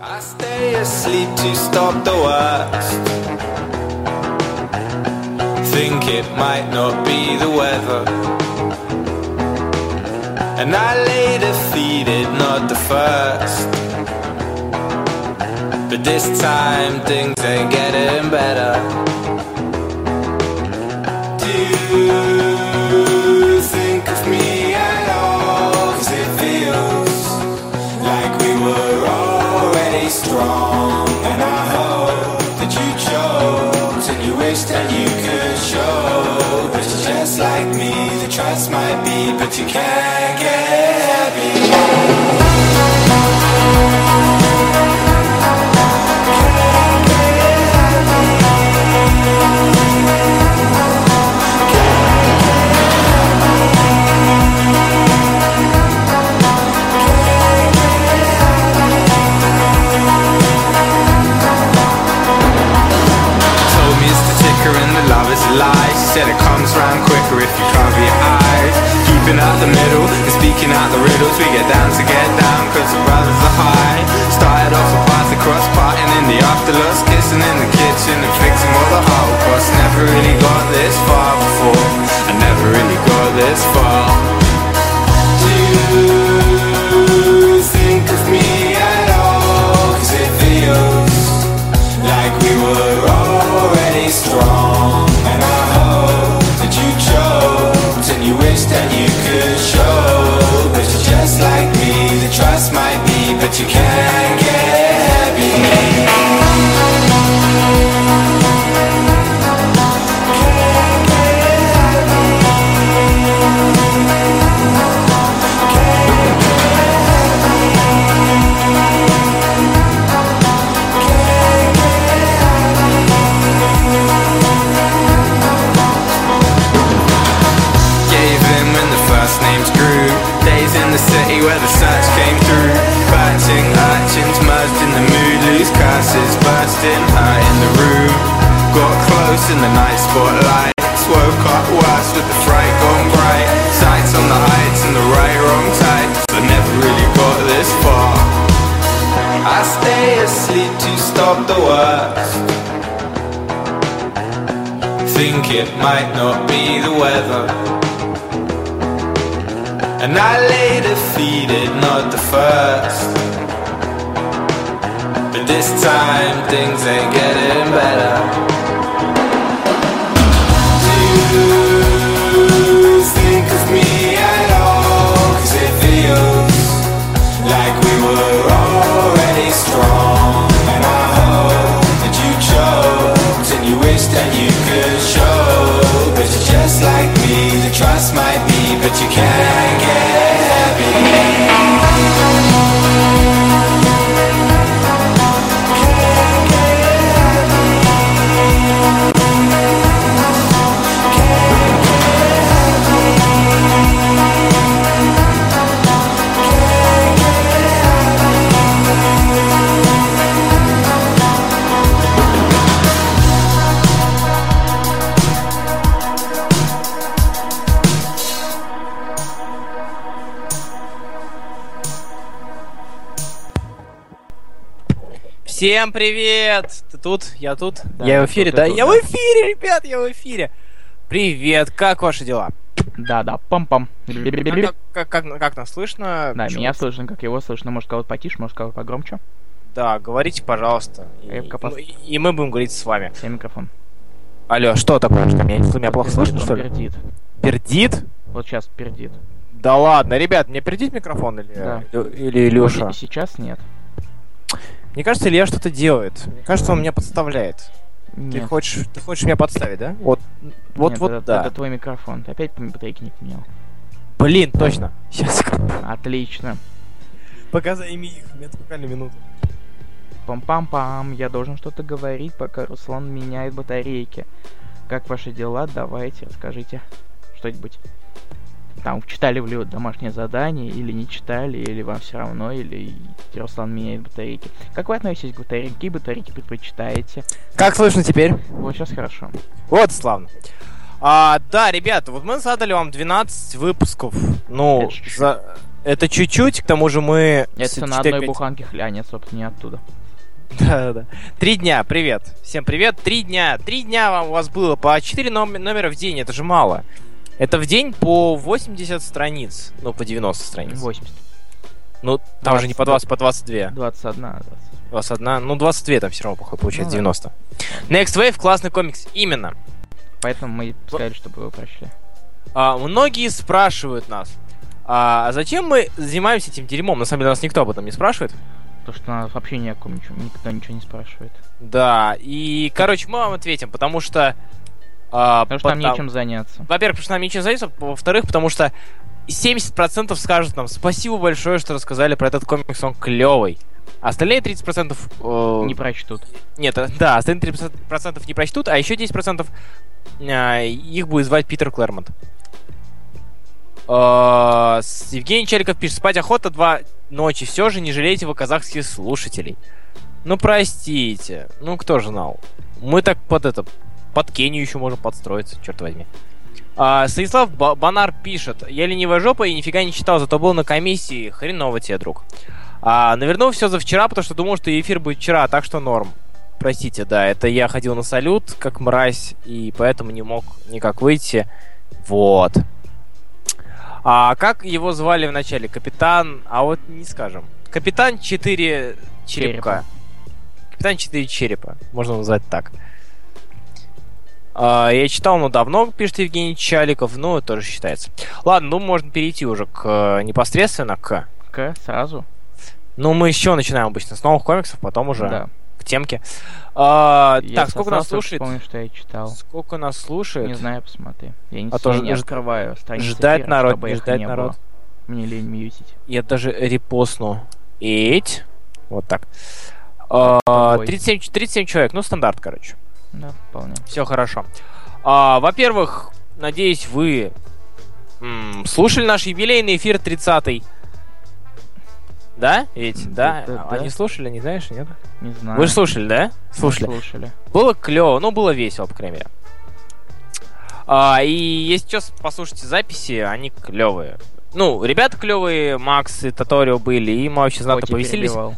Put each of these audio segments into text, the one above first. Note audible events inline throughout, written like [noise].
I stay asleep to stop the worst. Think it might not be the weather. And I lay defeated, not the first. But this time things ain't getting better. Do you think of me at all? 'Cause it feels like we were already strong. And I hope that you chose and you wish that you could show. But you're just like me, the trust might be, but you can't get happy. Told me it's the ticker and the love is a lie. She said it comes round quicker if you cover your eyes. Keeping out the middle and speaking out the riddles. We get down to get down cause the brothers are high. Started off a path across parting in the afterlust. Kissing in the kitchen and fixing all the holocaust. Never really got this far before. I never really got this far. Do you think of me at all? 'Cause it feels like we were already strong. And I hope that you chose, and you wish that you could show. But you're just like me, the trust might be, but you can't get happy. Gave in when the first names grew. Days in the city where the search came through. Batching urchins merged in the mood. Loose curses bursting out in the room. Got close in the night spotlights. Woke up worse with the fright gone bright. Sights on the heights and the right wrong tides. I never really got this far. I stay asleep to stop the worst. Think it might not be the weather. And I lay defeated, not the first. But this time things ain't getting better. Do you think of me at all? 'Cause it feels like we were already strong. And I hope that you chose, and you wish that you could show. But you're just like me, the trust might be, but you can't get happy. Всем привет! Ты тут? Я тут? Да, я ты в эфире, тут, да? ты тут, я да. в эфире, ребят, я в эфире! Привет, как ваши дела? Да-да, пам-пам. А Как, как, как- как нас слышно? Да, Чё? меня слышно, как его слышно. Может, кого-то потише, может, кого-то погромче. Да, говорите, пожалуйста. И, Крепко пос- и- и мы будем говорить с вами. Я микрофон. Алло, что такое? Что, меня, что, меня плохо слышно, Он что ли? пердит. Пердит? Вот сейчас пердит. Да ладно, ребят, мне пердит микрофон или, Да. или, или Илюша? Вот и Сейчас нет. Мне кажется, Илья что-то делает. Мне кажется, он меня подставляет. Ты Нет. хочешь, ты хочешь меня подставить, да? Вот, вот, Нет, вот, это, да. это твой микрофон. Ты опять потрекни к нему. Блин, точно. Сейчас, Отлично. показай ими их, у меня буквально минута. Пам-пам-пам. Я должен что-то говорить, пока Руслан меняет батарейки. Как ваши дела? Давайте, расскажите что-нибудь. Там читали ли вы домашнее задание, или не читали, или вам все равно, или Руслан меняет батарейки. Как вы относитесь к батарейке? Какие батарейки предпочитаете? Как слышно теперь? Вот сейчас хорошо. Вот, славно. А, да, ребята, вот мы задали вам 12 выпусков. Ну, Это чуть-чуть. за... Это чуть-чуть, к тому же мы... Это с- на четыре- одной пять- буханке хляня, собственно, не оттуда. [laughs] Да-да-да. Три дня, привет. Всем привет, три дня. Три дня вам у вас было по четыре ном- номера в день, это же мало. Это в день по 80 страниц. Ну, по 90 страниц. 80, Ну, там же не по 20, по 22. 21, 20. 21, ну 22 там все равно, походу, получается, Ну да. 90. Next Wave классный комикс, именно. Поэтому мы и сказали, чтобы вы прочли. А, многие спрашивают нас, а зачем мы занимаемся этим дерьмом? На самом деле нас никто об этом не спрашивает. То, что нас вообще ни о ком ничего, никто ничего не спрашивает. А Да, и, короче, мы вам ответим, потому что... а, Потому что нам потом- нечем заняться. Во-первых, потому что нам нечем заняться, во-вторых, потому что 70% скажут нам спасибо большое, что рассказали про этот комикс, он клевый. Остальные 30% э, Не прочтут. Нет, э, да, остальные 30% не прочтут, а еще 10% а, их будет звать Питер Клэрмонт. Э, с- Евгений Челиков пишет, спать охота два ночи, все же не жалейте вы казахских слушателей. Ну, простите, ну кто же знал? Мы так под это, под Кению еще можем подстроиться, черт возьми. А, Станислав Ба- Банар пишет, я ленивая жопа и нифига не читал, зато был на комиссии, хреново тебе, друг. А, навернул все за вчера, потому что думал, что эфир будет вчера, так что норм. Простите, да, это я ходил на салют, как мразь, и поэтому не мог никак выйти. Вот. А как его звали вначале? Капитан... А вот не скажем. Капитан 4 черепка. Черепа. Капитан 4 черепа. Можно назвать так. А, я читал, но давно, пишет Евгений Чаликов, ну, это тоже считается. Ладно, ну, можно перейти уже к э, непосредственно к... К сразу. Ну, мы еще начинаем обычно с новых комиксов, потом уже Да. к темке. А, Я так, сколько нас сосался, слушает? Вспомнил, что я читал. Сколько нас слушает? Не знаю, посмотри. Я не, А то ж- не открываю страницу ждать эфира, народ, чтобы не их ждать не народ. было. Мне лень мьютить. Я даже репостну. Эть. Вот так. А, Ой. 37, ч- 37 человек. Ну, стандарт, короче. Да, вполне. Все хорошо. А, во-первых, надеюсь, вы м, слушали наш юбилейный эфир 30 да? Ведь, да? Да, да, А- да. Они слушали, не знаешь, нет? Не знаю. Вы же слушали, да? Слушали. Слушали. Было клево, ну было весело, по крайней мере. А, и если сейчас послушайте записи, они клевые. Ну, ребята клевые, Макс и Таторио были, и мы вообще знато Коти повеселились. перебивал.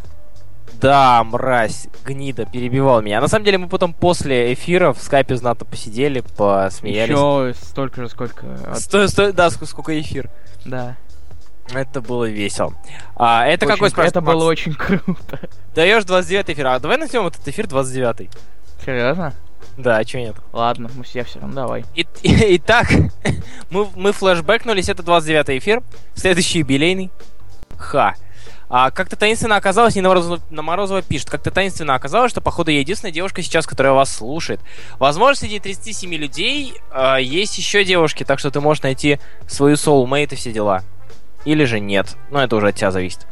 Да, мразь, гнида, перебивал меня. На самом деле мы потом после эфира в скайпе знато посидели, посмеялись. Еще столько же, сколько... от- Сто- сто- да, ск- сколько эфир. Да. Это было весело. А, это Очень- какой спрашивает Это Макс? было очень круто. [laughs] Даешь 29 эфир, а давай начнем этот эфир 29 Серьезно? Да, чего нет? Ладно, мы все все равно давай. И- [laughs] и- Итак, мы, мы флешбэкнулись, это 29 эфир, следующий юбилейный. Ха. А как-то таинственно оказалось, Нина Морозова, Нина Морозова пишет, как-то таинственно оказалось, что, походу, я единственная девушка сейчас, которая вас слушает. Возможно, среди 37 людей э, есть еще девушки, так что ты можешь найти свою soulmate и все дела. Или же нет. Но это уже от тебя зависит.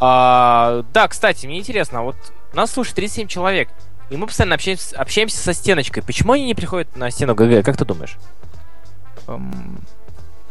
А, да, кстати, мне интересно, а вот нас слушает 37 человек. И мы постоянно общаемся, общаемся со стеночкой. Почему они не приходят на стену ГГ? Как ты думаешь? Эм,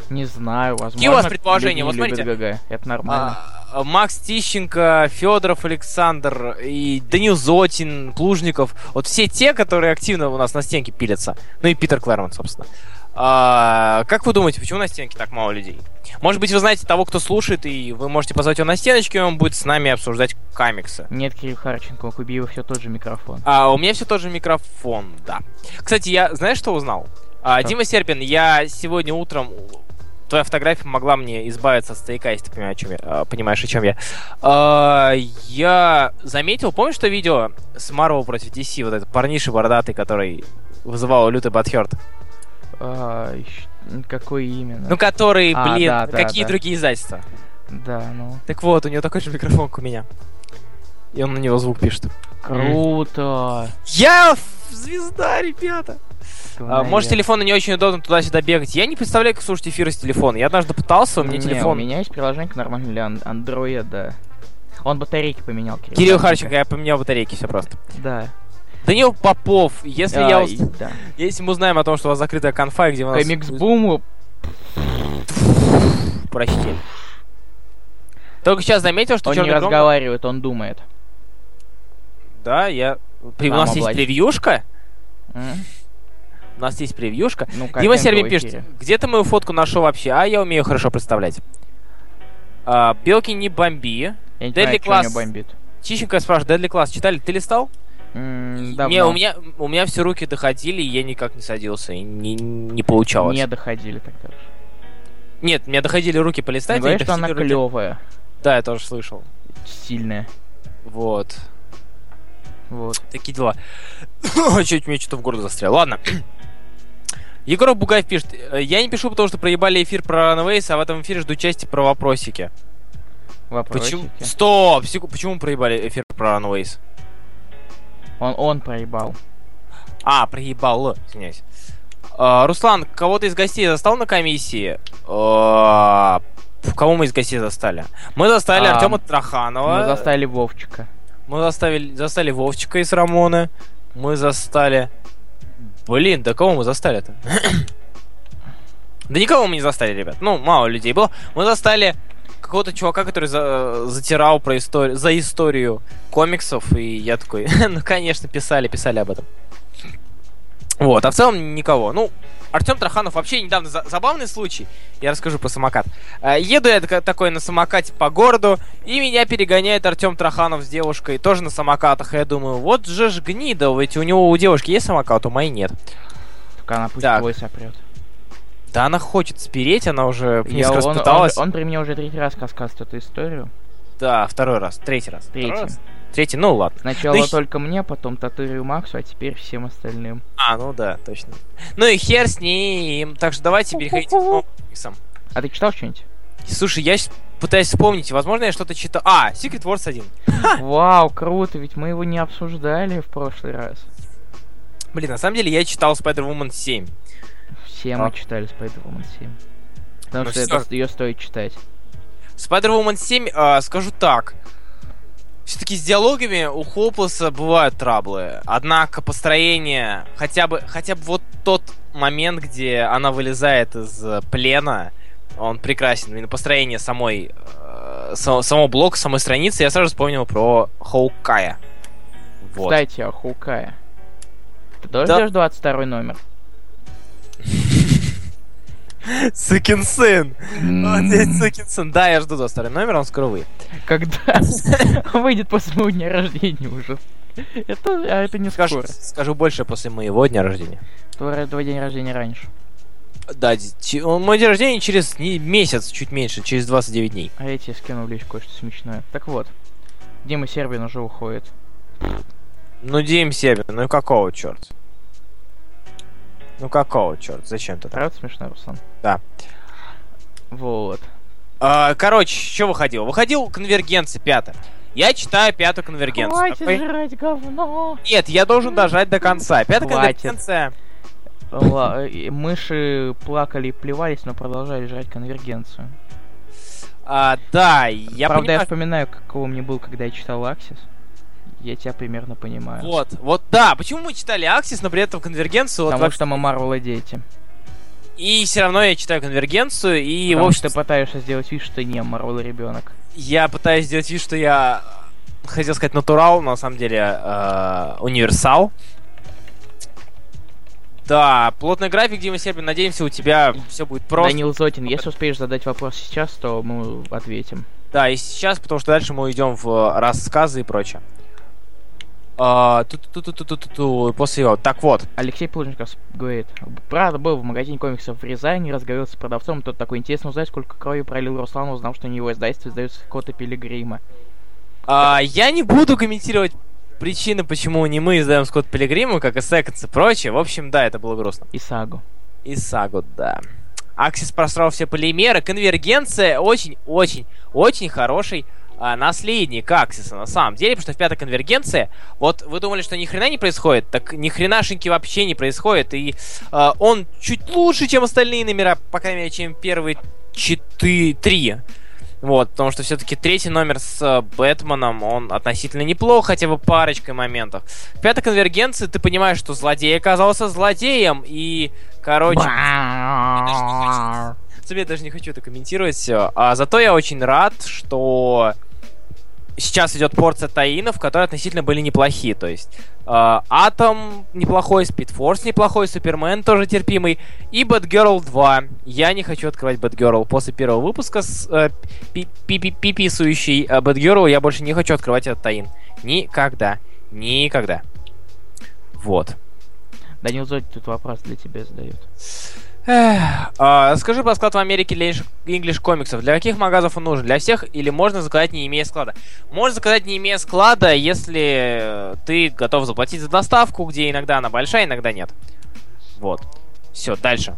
Не знаю, возможно. у вас предположения? люди Вот не любят ГГ. Это нормально. А, Макс Тищенко, Федоров Александр и Данил Зотин, Плужников. Вот все те, которые активно у нас на стенке пилятся. Ну и Питер Клэрмонт, собственно. А, как вы думаете, почему на стенке так мало людей? Может быть, вы знаете того, кто слушает, и вы можете позвать его на стеночку, и он будет с нами обсуждать комиксы. Нет, Кирилл Харченко, у Кубиева все тот же микрофон. А у меня все тот же микрофон, да. Кстати, я знаешь, что узнал? А, Что? Дима Серпин, я сегодня утром твоя фотография помогла мне избавиться от стояка, если ты понимаешь, о чем я. а, понимаешь, о чем я. А, я заметил, помнишь то видео с Marvel против DC, вот этот парниша бородатый, который вызывал лютый Батхерт? А, ищ- Какое именно? Ну, который, А, блин, да, да, какие да. другие издательства? Да, ну. Так вот, у него такой же микрофон, как у меня. И он на него звук пишет. Круто! Я ф- звезда, ребята! А, может, телефону не очень удобно туда-сюда бегать. Я не представляю, как слушать эфиры с телефона. Я однажды пытался, у меня телефон... У меня есть приложение нормально для ан- андроида. Он батарейки поменял, Кирилл. Кирилл Харченко, я поменял батарейки, все просто. Да. Данил Попов, если, А, я и- уз- Да. если мы узнаем о том, что у вас закрытая конфа, и где вы нас... э, Комикс Буму. Прочти. Только сейчас заметил, что Он не черный гром... разговаривает, он думает. Да, я... При- У Сам нас есть облазит. превьюшка. М? У нас есть превьюшка. Ну, Дима Серби Сербин пишет, где ты мою фотку нашел вообще? А, я умею хорошо представлять. А, Белки не бомби. Я не Deadly знаю, что у Class. него бомбит. Тищенко спрашивает, Deadly Class читали? Ты листал? М, Не, давно у меня, у меня все руки доходили, и я никак не садился, и не, не получалось. не доходили тогда. же. Нет, у меня доходили руки Не полистать. говори, а не что она доходили руки- клевая, Да, я тоже слышал. сильная. Вот. Вот. Такие дела. [coughs] Чуть мне что-то в горло застряло. Ладно. [coughs] Егоров Бугаев пишет. «Э, Я не пишу, потому что проебали эфир про Ранвейс, а в этом эфире жду части про вопросики. Вопросики. Почему? Стоп! секу- Почему проебали эфир про Ранвейс? Он, он проебал. А, проебал, извиняюсь. А, Руслан, кого-то из гостей застал на комиссии? А, пф, Кого мы из гостей застали? Мы застали А, Артема Траханова. Мы заставили Вовчика. Мы заставили, застали Вовчика из Рамона. Мы застали... Блин, да кого мы застали-то? [clears throat] да никого мы не застали, ребят. Ну, мало людей было. Мы застали какого-то чувака, который за- затирал про историю, за историю комиксов, и я такой, [laughs] ну, конечно, писали, писали об этом. Вот, а в целом никого. Ну, Артем Траханов вообще недавно за- забавный случай. Я расскажу про самокат. Э, Еду я така- такой на самокате по городу, и меня перегоняет Артем Траханов с девушкой, тоже на самокатах. И я думаю, вот же ж гнида, ведь у него у девушки есть самокат, у моей нет. Только она пусть Так. твой сопрет. Да она хочет спереть, она уже Я- несколько раз он, он- пыталась. он при мне уже третий раз рассказывает эту историю. Да, второй раз, третий раз. Третий. Второй раз? Третий, ну ладно. Сначала Да и- только мне, потом Татырю Максу, а теперь всем остальным. А, ну да, точно. Ну и хер с ним. Так что давайте переходить к новым комиксам. А ты читал что-нибудь? Слушай, я щас пытаюсь вспомнить, возможно, я что-то читал. А, Secret Wars 1. Вау, круто, ведь мы его не обсуждали в прошлый раз. Блин, на самом деле я читал Spider-Woman 7. Все А. мы читали Spider-Man 7. Потому Ну что всё. ее стоит читать. Spider-Woman 7, а, скажу так. Все-таки с диалогами у Хоплоса бывают траблы. Однако построение, хотя бы, хотя бы вот тот момент, где она вылезает из э, плена, он прекрасен. Именно построение самой, э, са- самого блока, самой страницы, я сразу вспомнил про Хоукая. Вот. Кстати, о Хукае. Ты тоже Да. ждешь 22 номер? Сукин сын! Молодец, сукин сын. Да, я жду за старый номер, он скоро выйдет. [laughs] Когда выйдет после моего дня рождения уже. Это, а это не Скажу, скоро. скажу больше после моего дня рождения. Твой твой день рождения раньше. Да, д- че- он- мой день рождения через не- месяц, чуть меньше, через 29 дней. А я тебе скину в личку кое-что смешное. Так вот, Дима Сербин уже уходит. Ну, Дим Себин, ну какого черт? Ну какого черт? Зачем ты так? Правда смешно, Руслан? Да. Вот. А, короче, что выходил? Выходил конвергенция пятая. Я читаю пятую конвергенцию. Хватит Такой, жрать говно! Нет, я должен дожать до конца. Пятая Хватит. конвергенция. Ла- э, Мыши плакали и плевались, но продолжали жрать конвергенцию. а, да, я Правда, я понимаю, вспоминаю, какого мне был, когда я читал Аксис. Я тебя примерно понимаю. Вот, вот да. Почему мы читали Аксис, но при этом конвергенцию? Вот Потому вообще- что мы Марвел дети. И все равно я читаю конвергенцию, и в Потому общем что ты пытаешься сделать вид, что ты не Марвел ребенок. я пытаюсь сделать вид, что я э, хотел сказать натурал, но на самом деле э, универсал. Да, плотный график, Дима Сербин, надеемся, у тебя все будет просто. Данил Зотин, если успеешь задать вопрос сейчас, то мы ответим. Да, и сейчас, потому что дальше мы идем в э, рассказы и прочее. А, ту-ту-ту-ту-ту-ту-ту, и после его. Так вот, Алексей Плужников с- говорит, правда, был в магазине комиксов в Рязани, разговаривал с продавцом, тот такой, интересно узнать, сколько крови пролил Руслан, узнал, что на его издательство издается Кота Пилигрима. а, я не буду комментировать причины, почему не мы издаем Скотт Пилигрима, как и Секонс и прочее. В общем, да, это было грустно. И сагу. И Сагу, да. Аксис просрал все полимеры. Конвергенция очень-очень-очень хороший а, наследник Аксиса на самом деле, потому что в пятой конвергенции, вот вы думали, что ни хрена не происходит, так ни хренашеньки вообще не происходит, и а, он чуть лучше, чем остальные номера, по крайней мере, чем первые четыре, три. Вот, потому что все-таки третий номер с э, Бэтменом, он относительно неплох, хотя бы парочкой моментов. В пятой конвергенции ты понимаешь, что злодей оказался злодеем, и, короче... Э, Тебе даже не хочу это комментировать все. А зато я очень рад, что сейчас идет порция таинов, которые относительно были неплохие. То есть э, Атом неплохой, Спидфорс неплохой, Супермен тоже терпимый. И Batgirl 2. Я не хочу открывать Batgirl. После первого выпуска с э, пи- пи- пи- пиписующей э, Batgirl я больше не хочу открывать этот таин. Никогда. Никогда. Вот. Данил Зодь тут вопрос для тебя задает. Эх, а, скажи про склад в Америке для English- English комиксов. Для каких магазов он нужен? Для всех или можно заказать не имея склада? Можно заказать не имея склада, если э, ты готов заплатить за доставку, где иногда она большая, иногда нет. Вот. Все, дальше.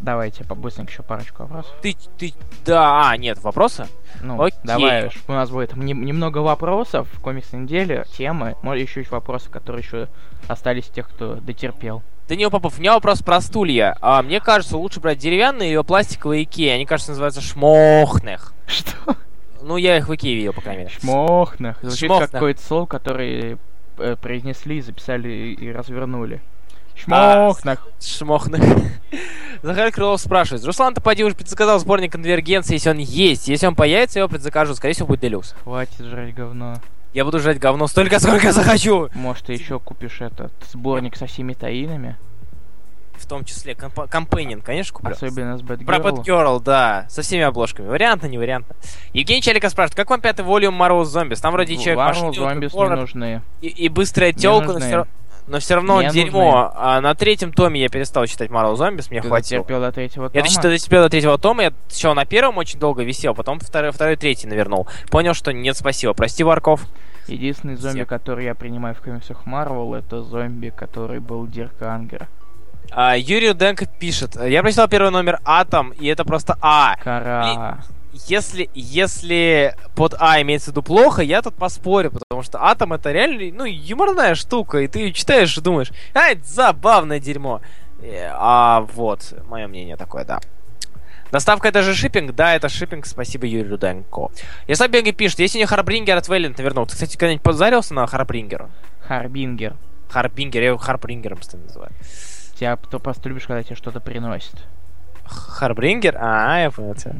Давайте побыстренько еще парочку вопросов. Ты, ты, да, а, нет, вопросы? Ну, Окей. давай, уж у нас будет нем- немного вопросов в комиксной неделе, темы, может еще есть вопросы, которые еще остались тех, кто дотерпел. Данил Попов, у меня вопрос про стулья. А, мне кажется, лучше брать деревянные или пластиковые ики. Они, кажется, называются шмохных. Что? Ну, я их в Икеа видел, по крайней мере. Шмохнах. Звучит Шмохнах. как какое-то слово, которое э, произнесли, записали и развернули. Шмохнах. Шмохных. Захар Крылов спрашивает. Руслан, ты поди уже предзаказал сборник конвергенции, если он есть. Если он появится, я его предзакажу. Скорее всего, будет делюкс. Хватит жрать говно. Я буду жрать говно столько, сколько захочу. Может, ты еще купишь этот сборник со всеми таинами? В том числе комп- компанин, конечно, куплю. Особенно с Про Бэтгерлом. Batgirl, да, со всеми обложками. Вариантно, не вариантно. Евгений Чаликов спрашивает, как вам пятый волюм Мороз Зомбис? Там вроде и человек Варвар машина, Ну, зомби город, не нужны. и, и быстрая Не телка, но нужны. все, равно Не дерьмо. А на третьем томе я перестал читать Мороз Зомбис, мне Ты хватило. дотерпел до третьего Я тома? дочитал до себя до третьего тома, я сначала на первом очень долго висел, потом второй, второй третий навернул. Понял, что нет, спасибо. Прости, Варков. Единственный зомби, Всех. который я принимаю в комиксах Марвел, это зомби, который был Дирка Ангера. А, Юрий Руденко пишет. Я прочитал первый номер Атом, и это просто А. Кара. Если, если под А имеется в виду плохо, я тут поспорю, потому что Атом это реально, ну, юморная штука, и ты ее читаешь и думаешь, а, это забавное дерьмо. Э, А вот, мое мнение такое, да. Доставка это же шиппинг? Да, это шиппинг, спасибо Юрию Руденко. Я сам Бенги пишет, если не Харбрингер от Вэллента вернул. Ты, кстати, когда-нибудь позарился на Харбрингера? Харбингер. Харбрингер, я его Харбрингером что называю. Тебя кто просто любишь, когда тебе что-то приносит. Харбрингер? А, я понял тебя.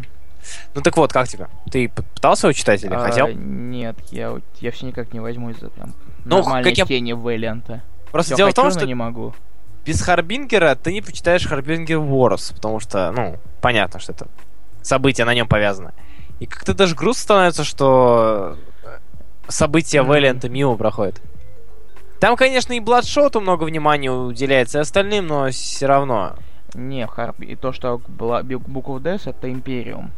Ну так вот, как тебе? Ты п- пытался его читать или А, хотел? Нет, я, вот- я все никак не возьму из-за там Ну, нормальной как я- тени Вэлента. Просто Всё дело в том, хочу, но что не могу. без Харбингера ты не почитаешь Харбингер Ворос, потому что, ну, понятно, что это событие на нем повязано. И как-то даже грустно становится, что э, события Мгм. Вэллианта мимо проходят. Там, конечно, и Бладшоту много внимания уделяется, и остальным, но все равно. Не, Харб... и то, что была Буков Дэс, это Империум.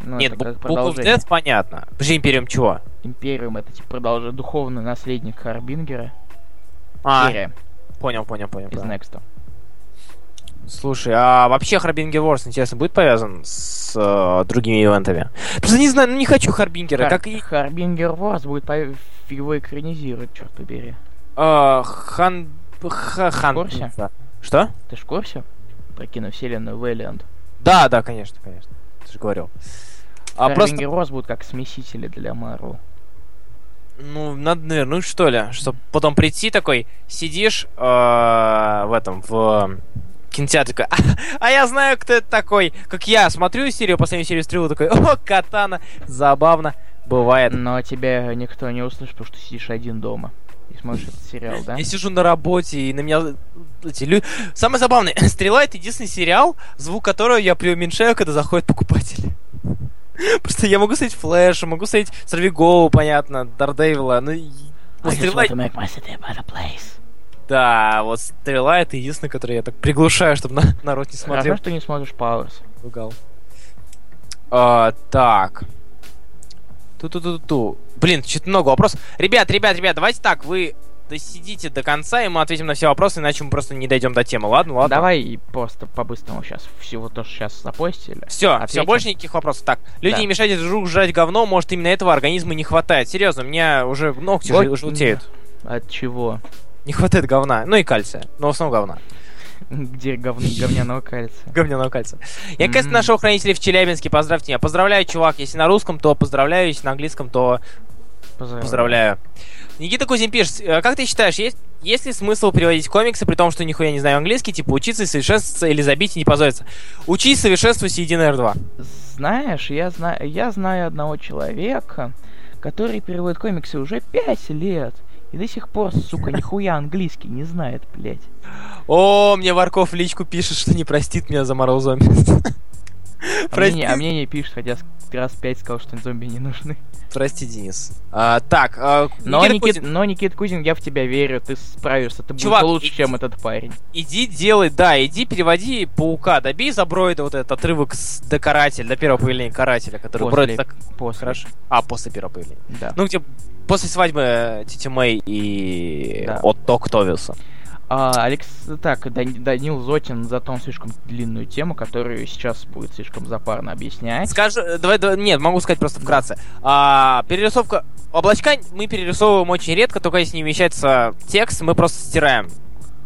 Ну, Нет, Бу- это как Book of продолжение. Death понятно. Подожди, Империум чего? Империум это типа продолжение духовный наследник Харбингера. А, Империя понял, понял, понял. из понял. Некста. Слушай, а вообще Харбингер Ворс, интересно, будет повязан с э, другими ивентами? Просто не знаю, ну не хочу Харбингера, Хар- как и Харбингер Ворс будет по... его экранизирует, черт побери. А, Хан... Ха- Хан... курсе? да. Что? Ты ж в курсе? Про киновселенную Вэллиант. Да, да, конечно, конечно. Ты же говорил. А просто, Харбингер Ворс будут как смесители для Марвел. ну, надо навернуть, что ли, чтобы потом прийти такой, сидишь э, в этом, в э, кинотеатре, такой, а, а я знаю, кто это такой, как я, смотрю серию, последнюю серию стрелу, такой, о, катана, забавно, бывает. Но тебя никто не услышит, потому что ты сидишь один дома. И смотришь этот сериал, да? Я сижу на работе, и на меня эти лю- Самое забавное, [clears throat] «Стрела» — это единственный сериал, звук которого я преуменьшаю, когда заходят покупатели. [laughs] Просто я могу стоять Флэша, могу стоять Сорви Голову, понятно, Дардевила, ну... и- I ну, just «Стрела» want to make my city a better place. Да, вот «Стрела» — это единственное, которое я так приглушаю, чтобы на- народ не смотрел. Хорошо, что не смотришь Пауэрс. Ругал. А, так. Ту-ту-ту-ту. Блин, что-то много вопросов. Ребят, ребят, ребят, давайте так, вы досидите до конца, и мы ответим на все вопросы, иначе мы просто не дойдем до темы. Ладно, ладно. Давай и просто по-быстрому сейчас всего то, что сейчас запостили. Все, все, Ответим. больше никаких вопросов. Так, люди Да. не мешайте друг другу жрать говно, может именно этого организма не хватает. Серьезно, у меня уже ногти Вот, жел- желтеют. От чего? [laughs] Не хватает говна, ну и кальция, но в основном говна. Где говн... говняного кальция? Говняного кальция. Я, конечно, М. нашего хранителя в Челябинске, поздравьте меня. Поздравляю, чувак, если на русском, то поздравляю, если на английском, то Э, Поздравляю. Никита Кузин пишет, «Э, как ты считаешь, есть, есть ли смысл переводить комиксы, при том, что нихуя не знаю английский, типа учиться и совершенствоваться или забить и не позориться? Учись, совершенствуйся, иди на R2. Знаешь, я знаю, я знаю одного человека, который переводит комиксы уже пять лет. И до сих пор, сука, нихуя английский не знает, блядь. О, мне Варков в личку пишет, что не простит меня за Марвел Зомби. А мне, Прости, не- а мне не пишут, хотя с- раз пять сказал, что зомби не нужны. [laughs] прости, Денис. А, так, а, Но Никита Никит, Кузин, но Никит Кузин, я в тебя верю, ты справишься, ты Чувак, будешь лучше, иди- чем этот парень. иди делай, да, иди переводи паука, добей за Бройда вот этот отрывок с, до карателя, до первого появления карателя, который После, Бройд так после, хорошо. А, после первого появления. да. Ну, где после свадьбы э, Тити Мэй и Да. Отто Ктовиса. А, Алекс, так, Дани- Данил Зотин за том слишком длинную тему, которую сейчас будет слишком запарно объяснять. Скажи, э, давай, давай- нет, могу сказать просто вкратце. А, перерисовка облачка мы перерисовываем очень редко, только если не вмещается текст, мы просто стираем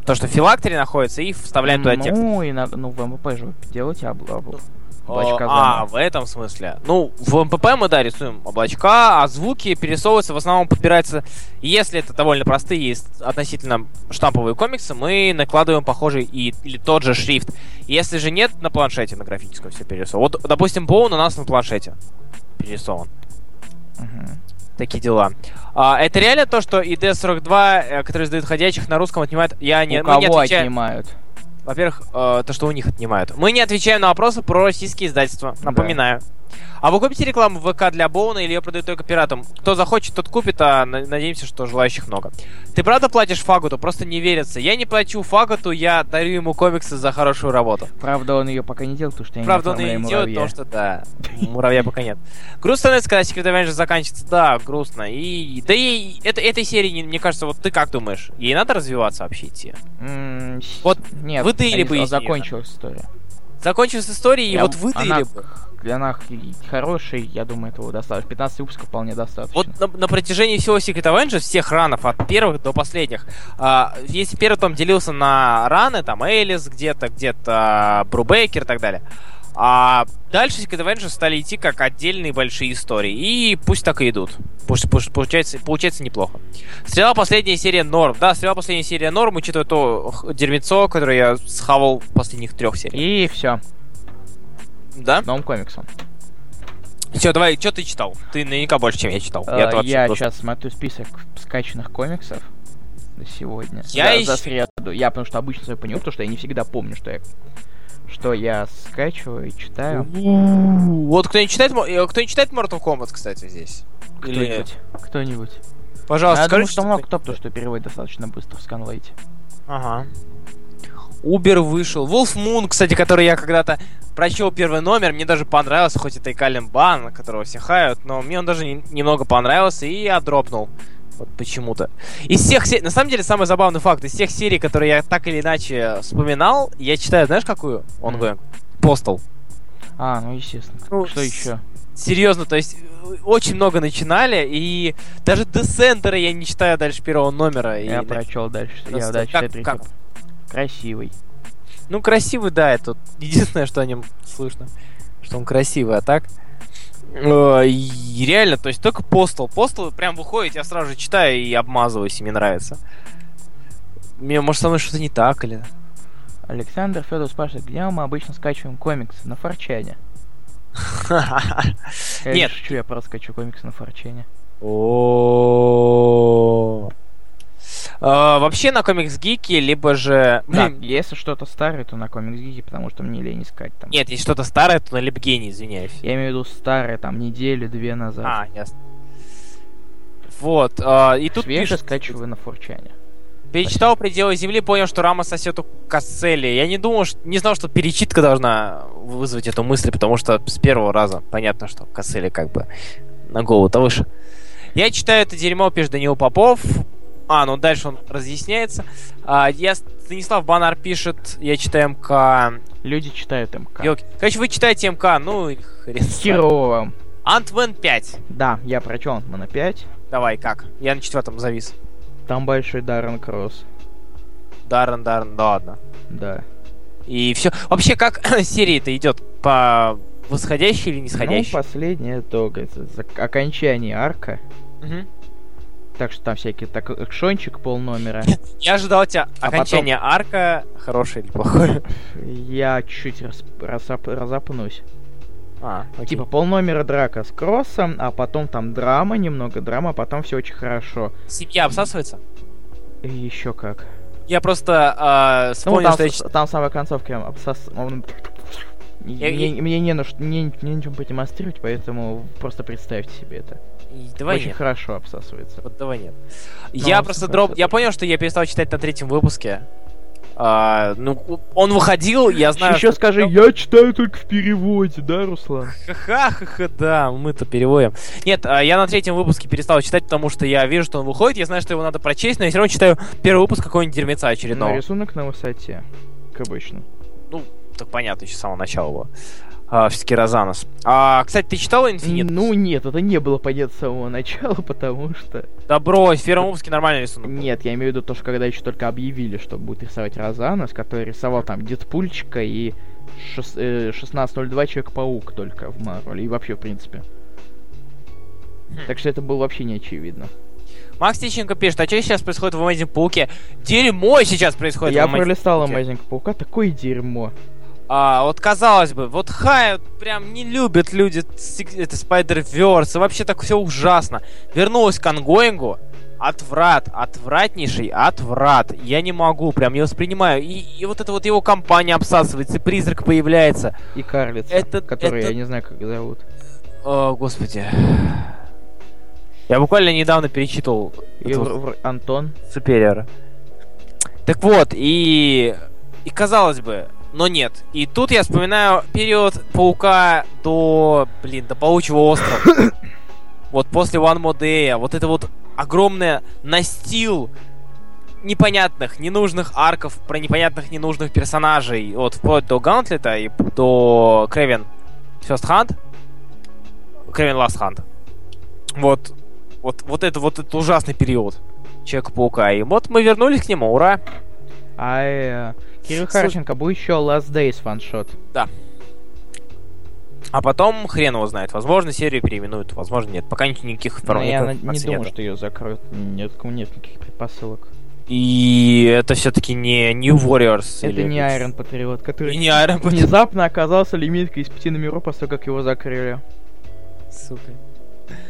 то, что в филактере находится, и вставляем туда текст. Э, Ну, и надо, ну, в МВП же вы делаете об- об- облачка О, заново. а, в этом смысле. Ну, в МПП мы, да, рисуем облачка, а звуки перерисовываются, в основном подбираются, если это довольно простые и с- относительно штамповые комиксы, мы накладываем похожий и, или тот же шрифт. Если же нет, на планшете, на графическом все перерисовано. Вот, допустим, Боун у нас на планшете перерисован. а, Мгм. Такие дела. А, это реально то, что ID42, э, который издают ходячих, на русском отнимает... ну, Я не, У мы не кого отвечаем- отнимают? во-первых, э, то, что у них отнимают. Мы не отвечаем на вопросы про российские издательства, напоминаю. А вы купите рекламу в ВК для Боуна или ее продают только пиратам? Кто захочет, тот купит, а на- надеемся, что желающих много. Ты правда платишь Фаготу? Просто не верится. Я не плачу Фаготу, я дарю ему комиксы за хорошую работу. Правда, он ее пока не делал, потому что я Правда, не он и оформляю не делает, муравья. потому что [laughs] да, муравья пока нет. Грустно становится, когда секрет Avengers заканчивается. Да, грустно. И да и это, этой серии, не- мне кажется, вот ты как думаешь? Ей надо развиваться вообще идти? М, с- Вот нет, выдали Алис, бы а из неё. закончилась история. Закончилась история, и Я- вот выдали она- бы. Она х- и хорошая, я думаю, этого достаточно. 15 выпусков вполне достаточно. Вот на, на протяжении всего Secret Avengers, всех ранов, от первых до последних, а, если первый том делился на раны, там Элис где-то, где-то Брубейкер и так далее, а дальше Secret Avengers стали идти как отдельные большие истории. И пусть так и идут. Пусть, пусть- получается, получается неплохо. Стрела последняя серия Норм. Да, стрела последняя серия Норм, учитывая то х- дерьмецо, которое я схавал в последних трех сериях. И все, Да? новым комиксом. Все, давай, что ты читал? Ты наверняка больше, чем я читал. Э, Я-то вообще Я просто- сейчас смотрю список скачанных комиксов на сегодня. Я за, за ищ- среду. Я потому что обычно свою понимаю, потому что я не всегда помню, что я что я скачиваю и читаю. У, Вот кто не читает, Мо- э, кто не читает Mortal Kombat, кстати, здесь. Или, Кто-нибудь. Кто-нибудь. А, пожалуйста, я думаю, скажите, что много кто- кто, потому что переводит достаточно быстро в сканлайте. Ага. Убер вышел. Wolf Moon, кстати, который я когда-то прочел первый номер, мне даже понравился, хоть это и Кален Бан, которого все хают, но мне он даже не- немного понравился, и я дропнул. Вот почему-то. Из всех серий... На самом деле, самый забавный факт, из всех серий, которые я так или иначе вспоминал, я читаю, знаешь, какую? Он Постал. А, ну естественно. Ну, что с- еще? Серьезно, то есть э, очень много начинали, и даже Десендера я не читаю дальше первого номера. и Я на- прочел дальше. Я просто дальше как- третий. как? Красивый. Ну, красивый, да, это единственное, что о нем слышно, что он красивый, а так... э, и реально, то есть только Постал. Постал прям выходит, я сразу же читаю и обмазываюсь, и мне нравится. Мне, может, со мной что-то не так, [laughs] или... Александр Федор спрашивает, где мы обычно скачиваем комиксы? На форчане. Я Нет. шучу, я просто скачу комиксы на форчане. О. Э, Вообще на комикс Гики, либо же... Да, Блин, если что-то старое, то на комикс гиги, потому что мне лень искать там. Нет, если что-то старое, то на Лепгене, извиняюсь. Я имею в виду старое, там, недели две назад. А, ясно. Вот, а, и тут Свежее пишет, скачиваю на форчане. перечитал «Пределы земли», понял, что Рама сосет у Кассели. Я не думал, что, не знал, что перечитка должна вызвать эту мысль, потому что с первого раза понятно, что Кассели как бы на голову-то выше. Я читаю это дерьмо, пишет Данил Попов. А, ну дальше он разъясняется. А, я, Станислав Банар пишет, я читаю МК. Люди читают МК. Ёлки. Короче, вы читаете МК, ну и хрен. с вами. Херово. Антвен 5. Да, я прочел Антмана 5. Давай, как? Я на четвертом завис. Там большой Даррен Кросс. Даррен, Даррен, да ладно. Да. И все. Вообще, как [clears throat] серия-то идет? По восходящей или нисходящей? Ну, последнее, то, как говорится, зак- окончание арка. Мгм. Так что там всякий так экшончик [laughs] пол номера. Я ожидал от тебя А окончания [laughs] арка, хорошее или плохое. Я чуть рас- разоп- разопнусь. А, окей. Типа пол номера драка с кроссом, а потом там драма, немного драма, а потом все очень хорошо. Семья обсасывается? И еще как. Я просто а, Ну, вспомнил, там, что я с- чит- там самая концовка обсос... он- Я- Мне, я- мне не на что, мне, мне нечем продемонстрировать, поэтому просто представьте себе это. И- Давай Очень нет. хорошо обсасывается. Вот давай нет. Ну, я он просто всё дроб... хорошо. Я понял, что я перестал читать на третьем выпуске. А, ну, он выходил, я знаю... Еще что- скажи, я читаю только в переводе, да, Руслан? Ха-ха-ха, да, мы-то переводим. Нет, а, я на третьем выпуске перестал читать, потому что я вижу, что он выходит, я знаю, что его надо прочесть, но я все равно читаю первый выпуск какого-нибудь дерьмеца Но очередного. рисунок на высоте, как обычно. Так понятно, еще с самого начала было. А, все-таки Розанос. А, кстати, ты читал Инфинит? Ну нет, это не было понятно с самого начала, [laughs] потому что... Да брось, в первом выпуске нормальный рисунок. был. Нет, я имею в виду то, что когда еще только объявили, что будут рисовать Розанос, который рисовал там Дедпульчика и шес- э, 1602 Человек-паук только в Марвеле, и вообще в принципе. Так что это было вообще не очевидно. Макс Тищенко пишет, а что сейчас происходит в Amazing Пауке? Дерьмо сейчас происходит Я в Amazing пролистал Пауке. Amazing Паука, такое дерьмо. А, вот казалось бы, вот Хай вот прям не любят люди сиг- это Spider-Verse, и вообще так все ужасно. Вернулась к ангоингу, отврат, отвратнейший отврат. Я не могу, прям не воспринимаю. И, и вот это вот его компания обсасывается, и призрак появляется. И Карлица, Это- который это- я не знаю, как зовут. О, господи. Я буквально недавно перечитывал И этого Вр- Вр- Антон. Супериора. Так вот, и... И казалось бы, но нет. И тут я вспоминаю период Паука до... Блин, до Паучьего острова. Вот после One More Day, а вот это вот огромное настил непонятных, ненужных арков про непонятных, ненужных персонажей. Вот вплоть до Гаунтлета и до Крэвен First Hunt. Крэвен Last Hunt. Вот, вот, вот это вот этот ужасный период. Человека-паука. И вот мы вернулись к нему, ура! А э, Кирилл Слушай- Харченко был еще Last Days фаншот. А потом, хрен его знает, возможно, серию переименуют, возможно, нет. Пока ничего- никаких Но информаций я на- не думаю, что ее закроют. Нет, к- нет никаких предпосылок. И это все-таки не New Warriors. Это или- не Айрон Патриот, который И не Iron Patriot. [laughs] внезапно оказался лимиткой из пяти номеров после того, как его закрыли. Сука. [laughs]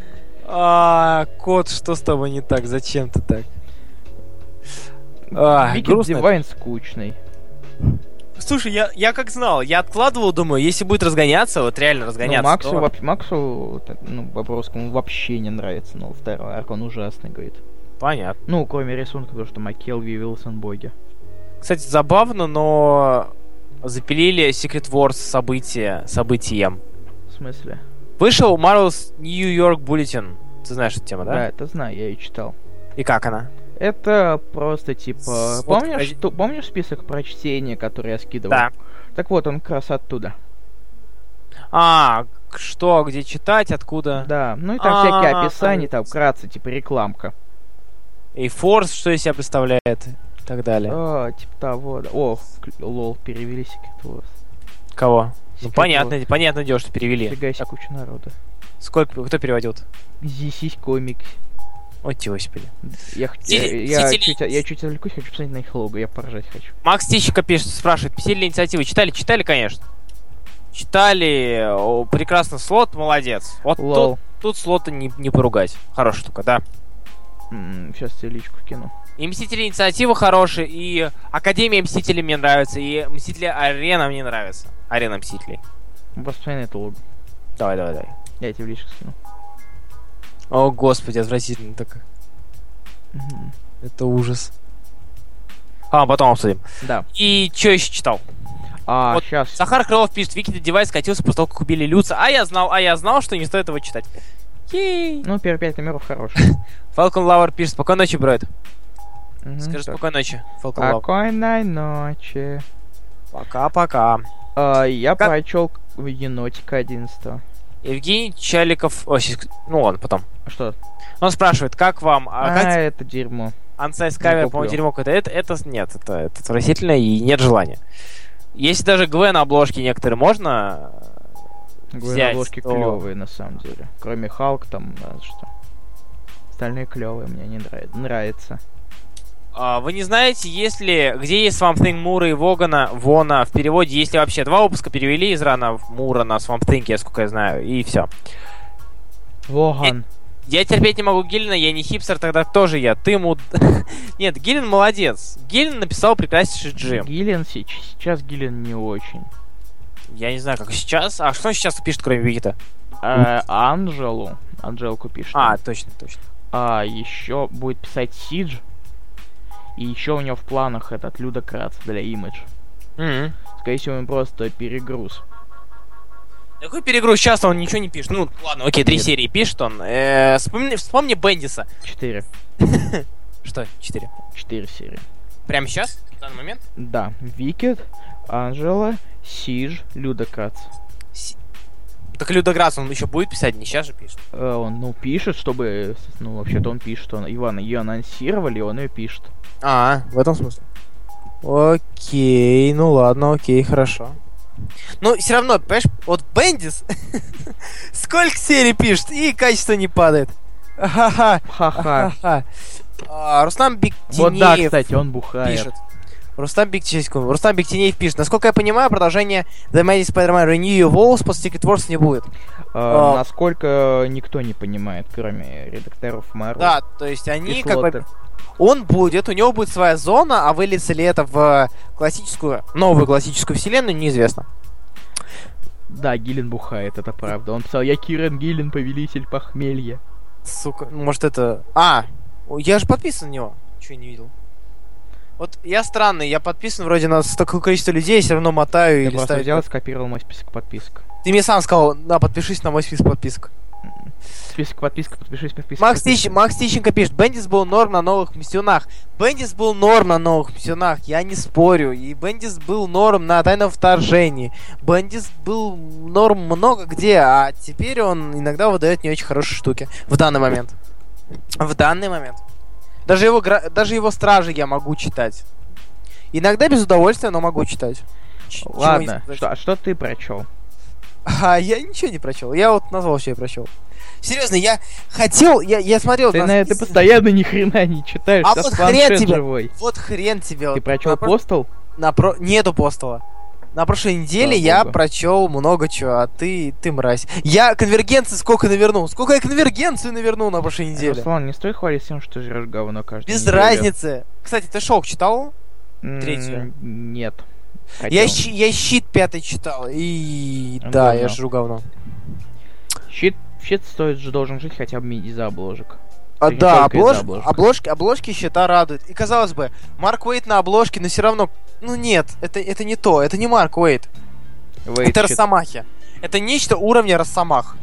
А, кот, что с тобой не так? Зачем ты так? А, Викинг грустно. Дивайн скучный. Ну, Слушай, я, я как знал, я откладывал, думаю, если будет разгоняться, вот реально разгоняться. Но Максу, то- воп- Максу так, ну, Бобровскому вообще не нравится новый второй арк, он ужасный, говорит. Понятно. Ну, кроме рисунка, то, что Маккелви и Вилсон боги. Кстати, забавно, но запилили Secret Wars события событием. В смысле? Вышел Marvel's New York Bulletin. Ты знаешь эту тему, да? это знаю, я ее читал. И как она? Это просто типа... Сфотка Помнишь, ради- ту- помнишь список прочтения, который я скидывал? Да. Так вот, он как раз оттуда. А, к- что, где читать, откуда? Да, ну и там всякие А, описания, там вкратце, типа рекламка. И Force, что из себя представляет, и так далее. А, типа того, да. О, кл- лол, перевели Secret Wars. Кого? Ну, Secret понятно, Wars. понятно дело, что перевели. Типа, Нифига себе, Так, куча народа. Сколько, кто переводил-то? Здесь есть комикс. Ой, те господи. Я, х- Сидели- я, я сидели- чуть, я чуть отвлекусь, хочу посмотреть на их лого, я поржать хочу. Макс Тищенко пишет, спрашивает, «Писели инициативы читали? Читали, конечно. Читали, о, прекрасно, слот, молодец. Вот тут, Лол. тут слота не, не поругать. Хорошая штука, да. Сейчас тебе личку кину. И Мстители Инициатива хорошие, и Академия Мстителей мне нравится, и Мстители Арена мне нравится. Арена Мстителей. Просто посмотри на это лого. Давай, давай, давай. Я тебе в личку скину. О, господи, отвратительно так. Мгм. Это ужас. А, потом обсудим. Да. И что еще читал? А, Вот сейчас. Сахар Крылов пишет, Вики Девайс скатился после того, как убили Люца. А я знал, а я знал, что не стоит его читать. Ей. Ну, первые пять номеров хорошие. Falcon Lover пишет, спокойной ночи, Брайт. Мгм, Скажи Ну, так. спокойной ночи, Falcon Lover. Спокойной ночи. Пока-пока. А, я Как- прочел енотика 11 Евгений Чаликов... О, сейчас- Ну ладно, потом. А Что? Он спрашивает, как вам... а А, как это дерьмо. Ансайз Не кавер, куплю. по-моему, дерьмо какое-то. Это, это нет, это, это отвратительно и нет желания. Если даже Гвен обложки некоторые можно... Говорю, Взять, обложки что- клевые на самом деле. Кроме Халк там, а, что. Остальные клевые, мне не нравится. нравится. А, Вы не знаете, если где есть Swamp Thing Мура и Вогана, Вона в переводе, если вообще два выпуска перевели из рана в Мура на Swamp Thing, я сколько я знаю, и все. Воган. Я терпеть не могу Гиллина, я не хипстер, тогда тоже я. Ты муд... [laughs] Нет, Гиллин молодец. Гиллин написал прекраснейший джим. Гиллен сейчас, сейчас Гиллен не очень. Я не знаю, как сейчас. А что он сейчас пишет, кроме Вигита? Э, Анжелу. Анжелку пишет. А, точно, точно. А еще будет писать Сидж. И еще у него в планах этот Люда Крац для Image. Мгм. Скорее всего, им просто перегруз. Какой перегруз? Сейчас он ничего не пишет. Ну, ладно, окей, три Нет. серии пишет он. Э, вспомни, вспомни Бендиса. Четыре. Что, четыре? Четыре серии. Прямо сейчас? В данный момент? Да. Викет, Анжела, Сидж, Люда Крац. Так Людограс, он еще будет писать, не сейчас же пишет. Э, он, ну, пишет, чтобы... Ну, вообще-то он пишет, он, Иван, ее анонсировали, и он ее пишет. А, в этом смысле. Окей, ну ладно, окей, хорошо. Ну, все равно, понимаешь, вот Бендис [laughs] сколько серий пишет, и качество не падает. Ха-ха. Ха-ха. ха-ха. А, Рустам Вот да, Бектинеев кстати, он бухает. пишет. Рустам Бек- сейчас, секунду. Рустам Бектинеев пишет. Насколько я понимаю, продолжение The Amazing Spider-Man Renew Your Walls после Secret Wars не будет. Э, А. Насколько никто не понимает, кроме редакторов Marvel. Да, то есть и они как бы Слоттер. Он будет, у него будет своя зона, а выльется ли это в классическую, новую классическую вселенную, неизвестно. Да, Гиллин бухает, это правда. Он писал, я Кирен Гиллин, повелитель похмелья. Сука, ну, может это... А, о, я же подписан на него. Чего я не видел? Вот я странный, я подписан вроде на с- такое количество людей, все равно мотаю Я или просто ставлю- взял и скопировал мой список подписок. Ты мне сам сказал, да, подпишись на мой список подписок. Список подписок, подпишись, подписок. Макс, подписок. Тищ- Макс Тищенко пишет, Бендис был норм на новых миссионах. Бендис был норм на новых миссионах, я не спорю. И Бендис был норм на тайном вторжении. Бендис был норм много где, а теперь он иногда выдает не очень хорошие штуки. В данный момент. В данный момент. Даже его, гра- даже его стражи я могу читать. Иногда без удовольствия, но могу читать. Ч- чего не Ладно, сказать. что, а что ты прочел? А, я ничего не прочел. Я вот назвал, что я прочел. Серьезно, я хотел, я, я смотрел... Ты, на на, ты список. постоянно ни хрена не читаешь, А у тебя вот планшет хрен тебе. живой. Вот хрен тебе. Ты Вот прочел на пр- постол? на про- Нету постола. На прошлой неделе Слава я богу. прочел много чего, а ты, ты мразь. Я конвергенции сколько навернул? Сколько я конвергенцию навернул на прошлой неделе? Руслан, не стоит хвалить тем, что ты жрешь говно каждый Без разницы. Кстати, ты шок читал? третью. Нет. Я, Хотел. щи- я щит пятый читал. И Он да, я говно. жру говно. Щит, щит стоит же должен жить хотя бы ми- из-за обложек. А, Ты не да, только из-за облож- обложек. обложки, обложки щита радуют. И казалось бы, Марк Уэйт на обложке, но все равно. Ну нет, это, это не то, это не Марк Уэйт. Вейт это щит. Росомахи. Это нечто уровня Росомах.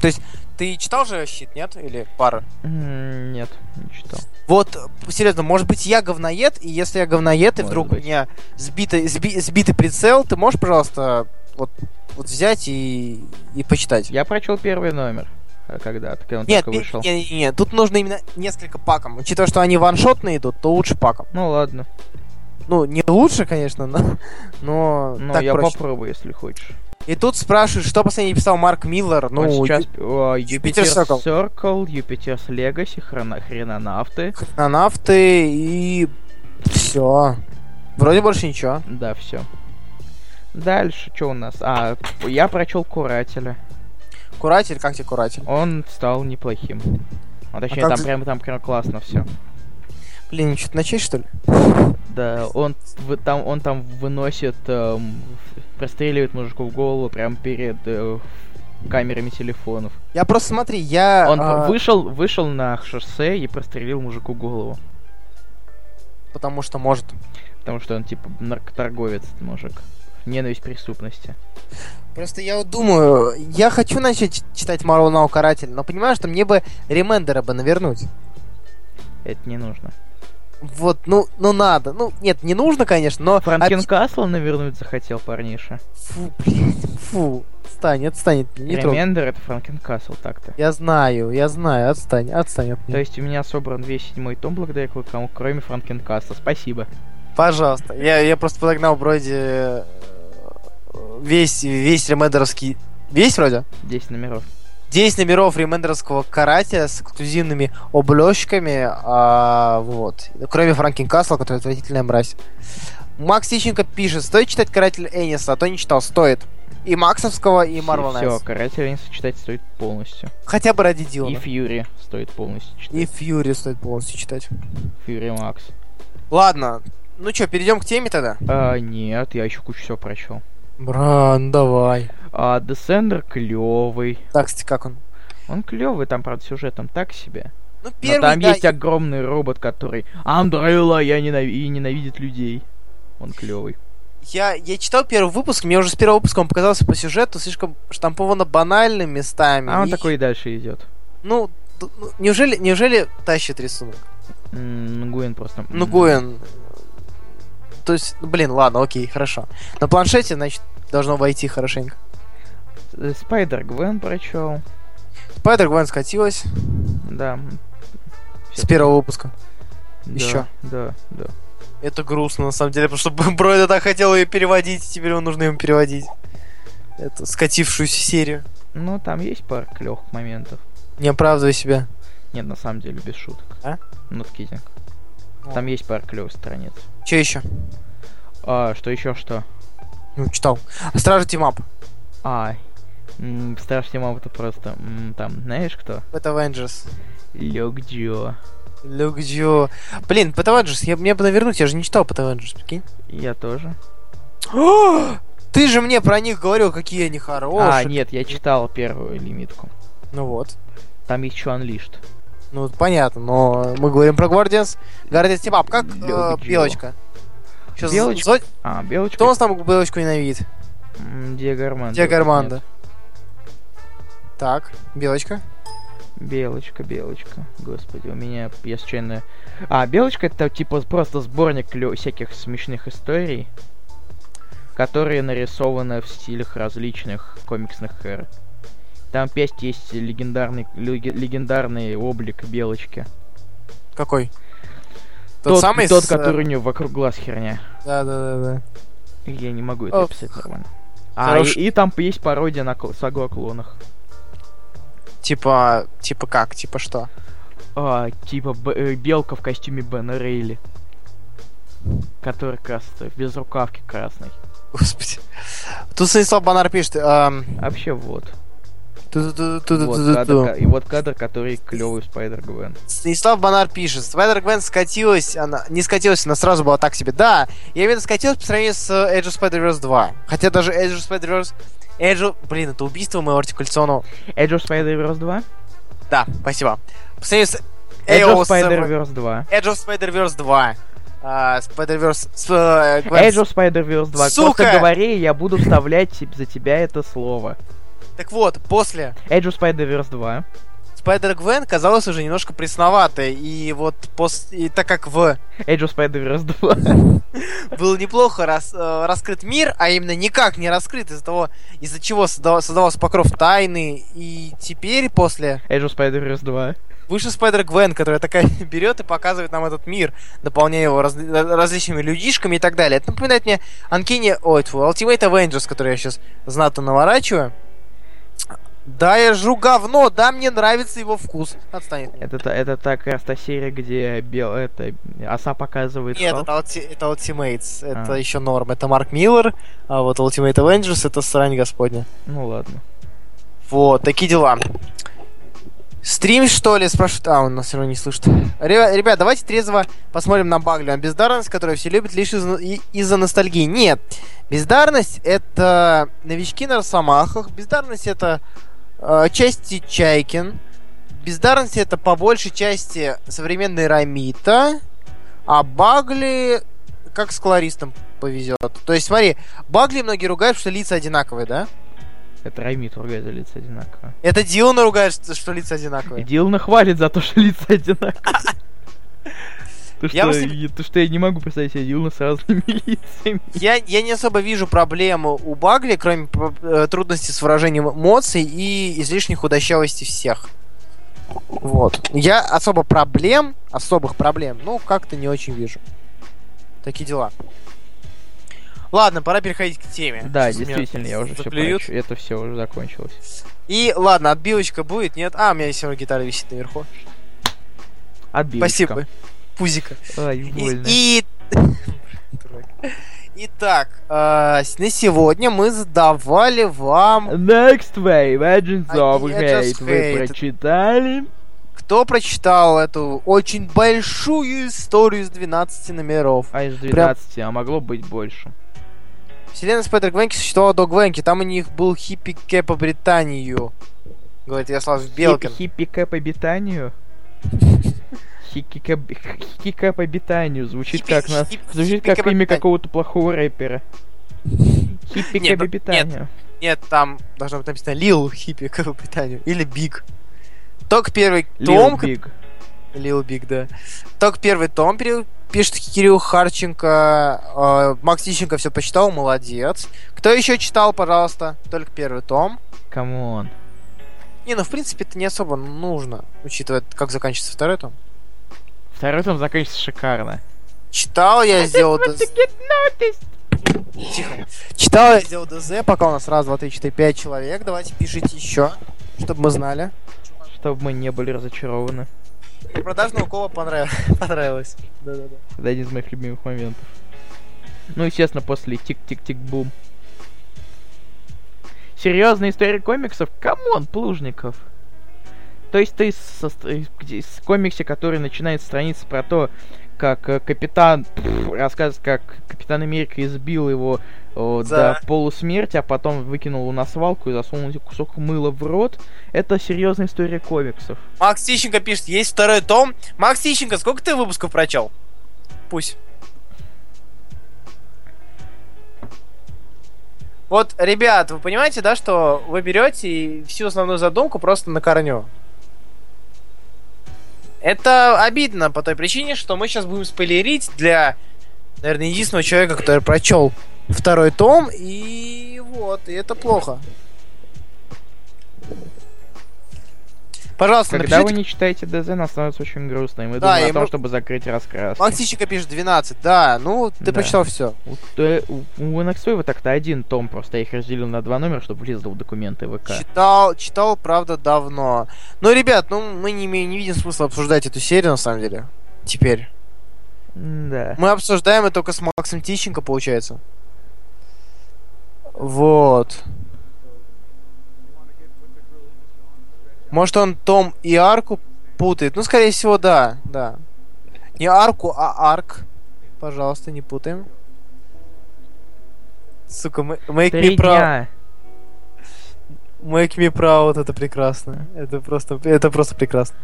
То есть, ты читал же щит, нет? Или пара? М, Нет, не читал. Вот, э, серьезно, может быть, я говноед, и если я говноед, и Может вдруг быть. у меня сбитый, сби- сбитый прицел, ты можешь, пожалуйста, вот, вот взять и, и почитать? Я прочел первый номер э, когда-то, когда он Нет, только не- вышел. не- не- не, тут нужно именно несколько паком. Учитывая, что они ваншотные идут, то лучше паком. Ну ладно. Ну, не лучше, конечно, [laughs] но, но Ну, так я проще. попробую, если хочешь. И тут спрашивают, что последний писал Марк Миллер. Ну, Ну, сейчас и- Юпитер Юпитер Circle. Circle, Юпитерс Legacy, хрена, хренонавты. на нафты и все. Вроде больше ничего. Да, все. Дальше, что у нас? А, я прочел Курателя. Куратель, как тебе куратель? Он стал неплохим. Ну, точнее, как там же- прям там прям классно все. Блин, что-то начать, что ли? Да, он вы- там он там выносит, эм, в- простреливает мужику в голову прям перед э, камерами телефонов. Я просто смотри, я. Он а, вышел, вышел на шоссе и прострелил мужику голову. Потому что может. Потому что он типа наркоторговец, этот мужик. Ненависть преступности. Просто я вот думаю, я хочу начать ч- читать Marvel Now Каратель, но понимаю, что мне бы ремендера бы навернуть. Это не нужно. Вот, ну, ну надо. Ну, нет, не нужно, конечно, но. Франкен опи- Касла навернуть захотел парниша. Фу, блин, фу. Отстань, отстань, не трогай. Ремендер это Франкен Касл так-то. Я знаю, я знаю, отстань, отстань от меня. То есть у меня собран весь седьмой том благодаря кому кроме Франкен Касла. Спасибо. Пожалуйста. Я, я просто подогнал вроде э, весь, весь ремедеровский... Весь вроде? 10 номеров. 10 номеров ремендерского карате с эксклюзивными облёчками, а, вот. Кроме Франкин Касла, который отвратительная мразь. Макс Тищенко пишет, стоит читать каратель Эниса, а то не читал, стоит. И Максовского, и Марвел Все, каратель не сочетать стоит полностью. Хотя бы ради И Дилана. Фьюри стоит полностью читать. И Фьюри стоит полностью читать. Фьюри Макс. Ладно, ну чё, перейдем к теме тогда? А, нет, я еще кучу всего прочел. Бран, давай. А, Десендер клевый. Так, кстати, как он? Он клевый, там, правда, сюжетом так себе. Ну, Но первый, там да, есть огромный робот, который Амдрейла, я ненави- и ненавидит людей. Он клевый. Я, я читал первый выпуск, мне уже с первого выпуска он показался по сюжету слишком штамповано банальным местами. А он И- такой и дальше идет. Ну, д- ну, неужели, неужели тащит рисунок? М, Нгуен просто. м. Ну, Гоэн... То есть, ну, блин, ладно, окей, хорошо. На планшете, значит, должно войти хорошенько. Э, Спайдер Гвен прочел. Спайдер Гвен скатилась Да. м, с первого выпуска. да, Ещё. Да, да. Это грустно, на самом деле, потому что Бройда так хотел ее переводить, и теперь он нужно ему переводить. Эту скатившуюся серию. Ну, там есть пара клевых моментов. Не оправдывай себя. Нет, на самом деле, без шуток. А? Ноткидинг. О. Там есть пара клевых страниц. Че еще? А, что еще что? Ну, читал. Стражи Тимап. А, м, страшный мама это просто, м, там, знаешь кто? Это Avengers. Люк Джо. Люк Джо. Блин, Пэт Авенджерс, я, мне бы навернуть, я же не читал Пэт Авенджерс, [gasps] прикинь. Я тоже. Ты же мне про них говорил, какие они хорошие. а, нет, я читал первую лимитку. Ну вот. Там есть еще Unleashed. Ну, вот понятно, но мы говорим про Guardians. Guardians Типа, как э, Люк Джо. Белочка? Сейчас Белочка? А, Белочка. Кто у нас там Белочку ненавидит? М, Диего Армандо. Диего Армандо. Нет. Так, Белочка. Белочка, Белочка. Господи, у меня, я случайно... А, Белочка это типа просто сборник клё- всяких смешных историй, которые нарисованы в стилях различных комиксных эр. Там опять есть легендарный, леге- легендарный облик Белочки. Какой? Тот, самый тот с, э, который у него вокруг глаз херня. Да-да-да-да. Я не могу это О, описать нормально. А, и, хорош. и там есть пародия на кл- сагу о клонах. Типа, типа как? Типа что? [laughs] А, типа Б- э, белка в костюме Бена Рейли. Который красный, в безрукавке красной. Господи. Тут Станислав Банар пишет. эм, Вообще вот. Вот ту-ту-ту-ту-ту-ту-ту. кадр, ко- и вот кадр, который клевый Спайдер Гвен. Станислав Банар пишет, Спайдер Гвен скатилась, она не скатилась, она сразу была так себе. Да, я именно скатилась по сравнению с э, Edge of Spider-Verse 2. Хотя даже Edge of Spider-Verse... Edge... of- Блин, это убийство моего артикуляционного... Edge of Spider-Verse 2? Да, спасибо. По сравнению с... Edge of AOS Spider-Verse 2. Edge of Spider-Verse 2. А, Spider-Verse... с, э, Gwen- Edge of Spider-Verse 2. Сука! Просто говори, я буду вставлять те- за тебя это слово. Так вот, после Edge of Spider-Verse 2. Спайдер Гвен казалась уже немножко пресноватой. И вот пос... и так как в Edge of Spider-Verse 2. был неплохо рас- э, раскрыт мир, а именно никак не раскрыт из-за того, из-за чего создава- создавался покров тайны. И теперь после Edge of Spider-Verse 2. вышел Спайдер Гвен, которая такая [laughs] берет и показывает нам этот мир, дополняя его раз- различными людишками и так далее. Это напоминает мне Анкини, ой, тьфу, Ultimate Avengers, который я сейчас знато наворачиваю. Да, я жру говно, да, мне нравится его вкус. Отстань. от меня. Это, та- это та как раз та серия, где бел, это, оса показывает Нет, Халк. это, Ulti- это Ultimates, это А. еще норм. Это Марк Миллер, а вот Ultimate Avengers это срань господня. Ну ладно. Вот, такие дела. Стрим, что ли, спрашивают? А, он нас все равно не слышит. Ребя- Ребят, давайте трезво посмотрим на Баглю. А Бездарность, которую все любят лишь из- и- из-за ностальгии. Нет. Бездарность — это новички на росомахах. Бездарность — это э, части Чайкин. Бездарность — это по большей части современный Рамита. А Багли как с колористом повезет. То есть, смотри, Багли многие ругают, что лица одинаковые, да? Это Раймит ругает за лица одинаково. Это Дилана ругает, что, что лица И [laughs] одинаковые. Дилана хвалит за то, что лица одинаковые. [laughs] То что, Я бы себе- я- то, что я не могу представить себе Дилана с разными [laughs] лицами. Я, я не особо вижу проблему у Багли, кроме п- э, трудностей с выражением эмоций и излишней худощавости всех. Вот. Я особо проблем, особых проблем, ну, как-то не очень вижу. Такие дела. Ладно, пора переходить к теме. Да, Сейчас меня действительно, я уже все заплюют. Это все уже закончилось. И ладно, отбивочка будет, нет? А, у меня все равно гитара висит наверху. Отбивочка. Спасибо. Пузика. Ай, И, больно. и- [laughs] Дурак. Итак, э, с- на сегодня мы задавали вам... Next Wave, Agents of Agents Hate. Вы А, Hate. прочитали? Кто прочитал эту очень большую историю из 12 номеров? А из 12, а могло быть больше. Вселенная Спайдер Гвенки существовала до Гвенки. Там у них был хиппи Кэ по Британию. Говорит Ярослав Белкин. Хиппи [laughs] по обитанию? Хикика по обитанию звучит Хиппи- как на... хиппи- Звучит хиппикэп как имя обитанию. какого-то плохого [laughs] рэпера. Хиппи Нет, по ну, обитанию. Нет, там должно быть написано Лил хиппи Кэ по Британию. Или Биг. Только первый Лил том... Биг. Лил Биг, да. Только первый том пере- пишет Кирилл Харченко. Э, Макс Тищенко все почитал, молодец. Кто еще читал, пожалуйста? Только первый том. Камон. Не, ну в принципе это не особо нужно, учитывая, как заканчивается второй том. Второй там заканчивается шикарно. Читал я, сделал... дос- Тихо. Читал я, сделал ДЗ, пока у нас раз, два, три, четыре, пять человек. Давайте пишите еще, чтобы мы знали. Чтобы мы не были разочарованы. И продажного кола понравилось. понравилось. Да-да-да. Это один из моих любимых моментов. Ну, естественно, после тик-тик-тик-бум. Серьезная история комиксов? Камон, Плужников. То есть ты со ст- э, где- из комикса, который начинает страница про то, как э, капитан пф, рассказывает, как капитан Америка избил его о, За. до полусмерти, а потом выкинул его на свалку и засунул кусок мыла в рот. Это серьезная история комиксов. Макс Тищенко пишет, есть второй том. Макс Тищенко, сколько ты выпусков прочел? Пусть. Вот, ребят, вы понимаете, да, что вы берете и всю основную задумку просто на корню. Это обидно по той причине, что мы сейчас будем спойлерить для, наверное, единственного человека, который прочел второй том, и вот, и это плохо. Пожалуйста, Когда напишите, вы не читаете ДЗ, нам становится очень грустно, и мы Да, думаем и о том, мы- чтобы закрыть раскраску. Максимчика пишет 12, да, ну ты Да. прочитал все. У, Т- э, у, у NXT так-то один том, просто я их разделил на два номера, чтобы влезло в документы ВК. Читал, читал, правда, давно. Ну, ребят, ну мы не, имеем, не видим смысла обсуждать эту серию, на самом деле. Теперь. Да. Мы обсуждаем это только с Максом Тищенко, получается. Вот. Может он Том и Арку путает? Ну, скорее всего, да, да. Не Арку, а Арк. Пожалуйста, не путаем. Сука, мы- make Три me proud. дня. Make me proud, это прекрасно. Это просто, это просто прекрасно.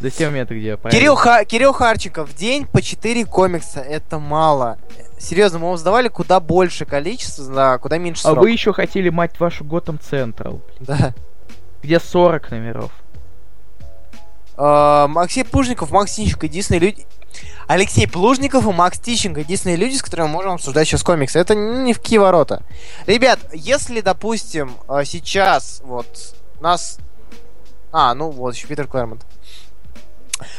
До 7 метров где, правильно? Кирилл, Ха- Кирилл Харченко, в день по 4 комикса, это мало. Серьезно, мы вам задавали куда больше количество, да, куда меньше А срок. вы еще хотели, мать вашу, Готэм Централ, Да. где 40 номеров. Э, Максей Плужников, Макс Тищенко, единственные люди... Алексей Плужников и Макс Тищенко, единственные люди, с которыми мы можем обсуждать сейчас комиксы. Это ни в какие ворота. Ребят, если, допустим, э, сейчас вот нас... А, ну вот, еще Питер Клэрмонт.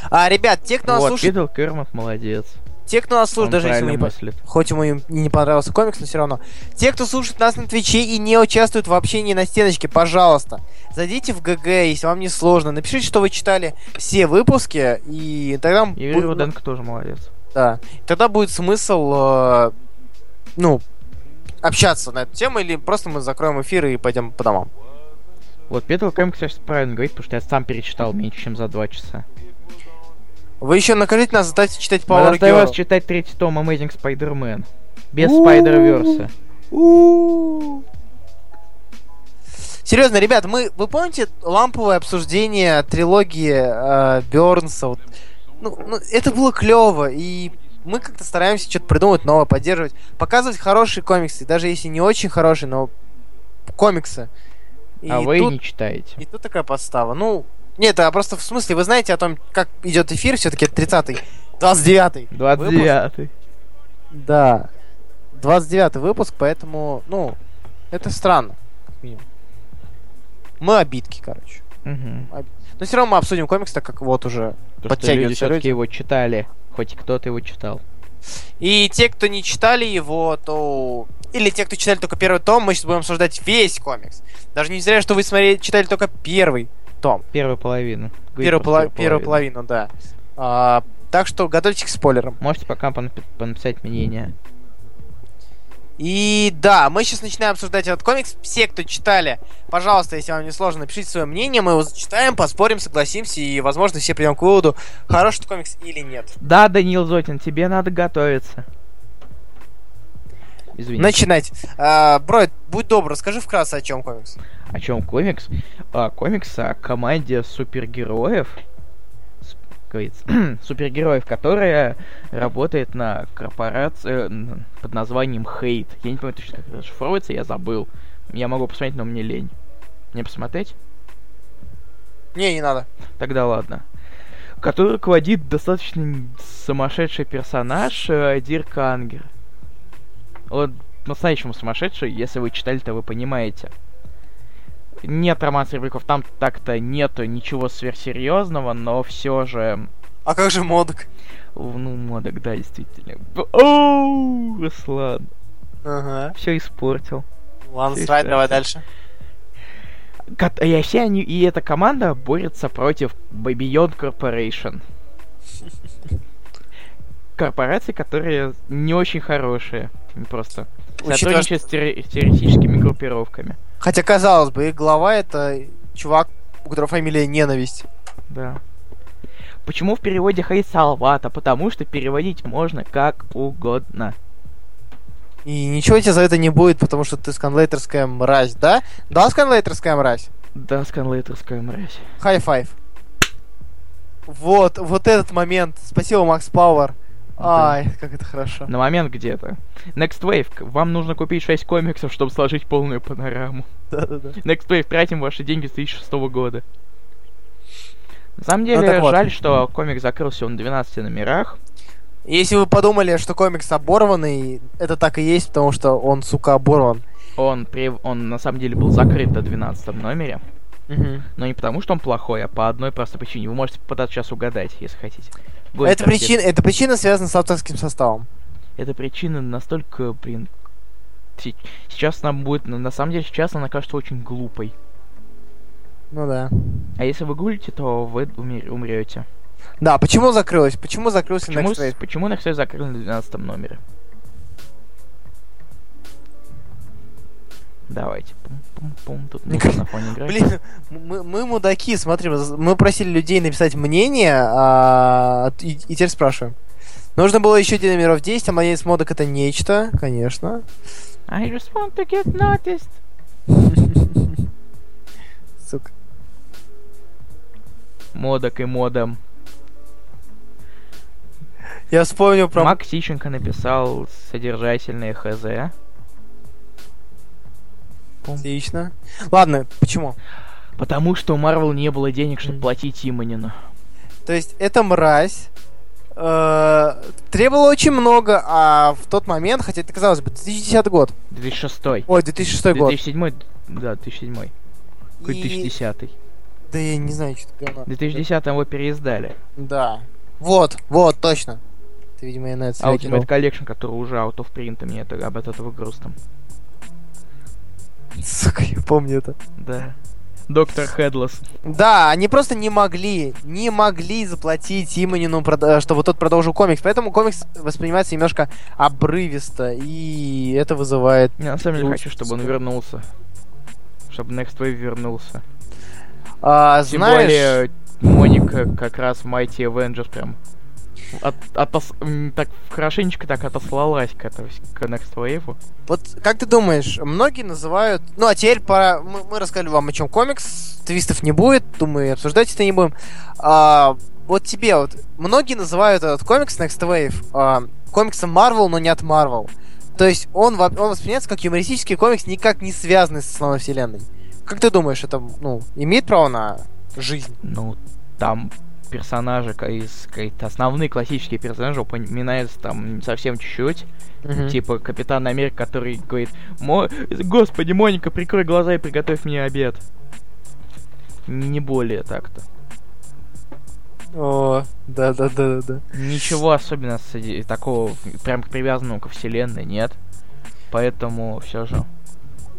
А, ребят, те, кто нас вот, слушает, Питл Кермот молодец. те, кто нас слушает, Он даже если мы правильно не по- мыслит. Хоть ему и не понравился комикс, но все равно. Те, кто слушает нас на Твиче и не участвует в общении на стеночке, пожалуйста, зайдите в ГГ, если вам не сложно. Напишите, что вы читали все выпуски, и тогда, И Юрий бу- Руденко тоже молодец. да, тогда будет смысл э, ну, общаться на эту тему, или просто мы закроем эфир и пойдем по домам. Вот, Питл Кермот, кстати, правильно говорит, потому что я сам перечитал меньше, чем за 2 часа. Вы еще накажите нас, заставьте читать Мы Power заставим вас Girl. читать третий том Amazing Spider-Man. Без У-у-у. Spider-Verse. У-у-у. Серьезно, ребят, мы, вы помните ламповое обсуждение трилогии э, Бернса? Вот, ну, ну, это было клево, и мы как-то стараемся что-то придумать новое, поддерживать, показывать хорошие комиксы, даже если не очень хорошие, но комиксы. И А вы тут, не читаете. и тут такая подстава. Ну, нет, а просто в смысле, вы знаете о том, как идет эфир, все-таки 30-й, 29-й. выпуск. 29 Да. 29 выпуск, поэтому, ну, это странно. как минимум. Мы обидки, короче. Угу. Но все равно мы обсудим комикс, так как вот уже. Потому что Подтягиваются люди. люди все-таки его читали. Хоть кто-то его читал. И те, кто не читали его, то или те, кто читали только первый том, мы сейчас будем обсуждать весь комикс. Даже не зря, что вы смотрели, читали только первый том. Первая половина. Говори Первую, про пола- первую половину, да. А, так что готовьтесь к спойлерам. Можете пока понап- понаписать мнение. И да, мы сейчас начинаем обсуждать этот комикс. Все, кто читали, пожалуйста, если вам не сложно, напишите свое мнение, мы его зачитаем, поспорим, согласимся, и, возможно, все придем к выводу, хороший этот комикс или нет. Да, Даниил Зотин, тебе надо готовиться. Извините. Начинайте. А, Бройд, будь добр, расскажи вкратце, о чем комикс. О чем комикс? А, комикс о команде супергероев. С- как говорится, [clears throat] супергероев, которая работает на корпорации э, н- под названием Хейт. Я не помню точно, как это расшифровывается, я забыл. Я могу посмотреть, но мне лень. Мне посмотреть? Не, не надо. Тогда ладно. Который руководит достаточно н- сумасшедший персонаж э, Дирк Ангер. Он по-настоящему сумасшедший, если вы читали, то вы понимаете. Нет роман Серебряков, там так-то нету ничего сверхсерьезного, но все же... А как же модок? в- Ну, модок, да, действительно. Б- Оу, Руслан, Ага. все испортил. Ладно, Ты срать, давай что? дальше. Кат- И вообще они, и эта команда борется против Babyon Corporation. Корпорации, которые не очень хорошие. Просто Учитывая, что- сотрудничают с терри- с террористическими группировками. Хотя, казалось бы, их глава это чувак, у которого фамилия Ненависть. Да. Почему в переводе Хей Салвата? Потому что переводить можно как угодно. И ничего тебе за это не будет, потому что ты сканлейтерская мразь, да? Да, сканлейтерская мразь? Да, сканлейтерская мразь. Хай-файв. Вот, вот этот момент. Спасибо, Макс Пауэр. Да. Ай, как это [laughs] хорошо. На момент где-то. Next Wave, к- вам нужно купить 6 комиксов, чтобы сложить полную панораму. Да-да-да. Next Wave тратим ваши деньги с 2006 года. На самом деле, Ну, так вот. жаль, что комик закрылся он в 12 номерах. Если вы подумали, что комикс оборванный, это так и есть, потому что он, сука, оборван. Он, при... он на самом деле был закрыт до 12 номере. Но не потому, что он плохой, а по одной простой причине. Вы можете попытаться сейчас угадать, если хотите. Гость Эта, совсем. причина, эта причина связана с авторским составом. Эта причина настолько, блин... се- Сейчас нам будет... ну, На самом деле, сейчас она кажется очень глупой. Ну да. А если вы гуглите, то вы умрете. Да, почему закрылось? Почему закрылся Почему, Next Wave? почему Next Wave закрыли на 12 номере? Давайте. Пум-пум-пум. Тут Мне музыка на фоне играет. Блин, мы, мы мудаки, смотри, мы- мы просили людей написать мнение, а, и, и теперь спрашиваем. Нужно было еще 9 номеров 10, а моей модок это нечто, конечно. I just want to get noticed. Сука. Модок и модом. Я вспомнил про... Мак Сищенко написал содержательные хз. Отлично. Ладно, почему? Потому что у Марвел не было денег, чтобы Мгм. платить Иманину. То есть эта мразь э, требовала очень много, а в тот момент, хотя это, казалось бы, 2010 год. 2006. Ой, 2006 год. 2007. Да, 2007. Какой И- 2010. Да я не знаю, что такое она. В 2010 его переиздали. Да. Вот, вот, точно. Ты, видимо, я на это ссылки кинул. Ultimate Collection, который уже out of print, и мне это, об этом этого грустно. [laughs] Сука, я помню это. Да. Доктор Хедлос. Да, они просто не могли, не могли заплатить Иманину, прод- э, чтобы тот продолжил комикс. Поэтому комикс воспринимается немножко обрывисто, и это вызывает... Я на самом деле Ну, хочу, чтобы он сколько? вернулся. Чтобы Next Wave вернулся. А, Тем знаешь... более, Моника как раз в Mighty Avengers прям от, отос- м, так хорошенечко так отослалась к, этому, к Next Wave. Вот как ты думаешь, многие называют... Ну, а теперь пора... Мы, мы рассказали вам, о чем комикс. Твистов не будет, думаю, и обсуждать это не будем. А, вот тебе вот... Многие называют этот комикс Next Wave а, комиксом Marvel, но не от Marvel. То есть он, во- он воспринимается как юмористический комикс, никак не связанный с основной вселенной. Как ты думаешь, это, ну, имеет право на жизнь? Ну, там персонажи, ка- из, какие-то основные классические персонажи упоминаются там совсем чуть-чуть. Типа Капитан Америка, который говорит, «Мо- господи, Моника, прикрой глаза и приготовь мне обед. Не более так-то. О, да-да-да-да-да. Ничего особенно с- такого прям привязанного ко вселенной нет. Поэтому все же...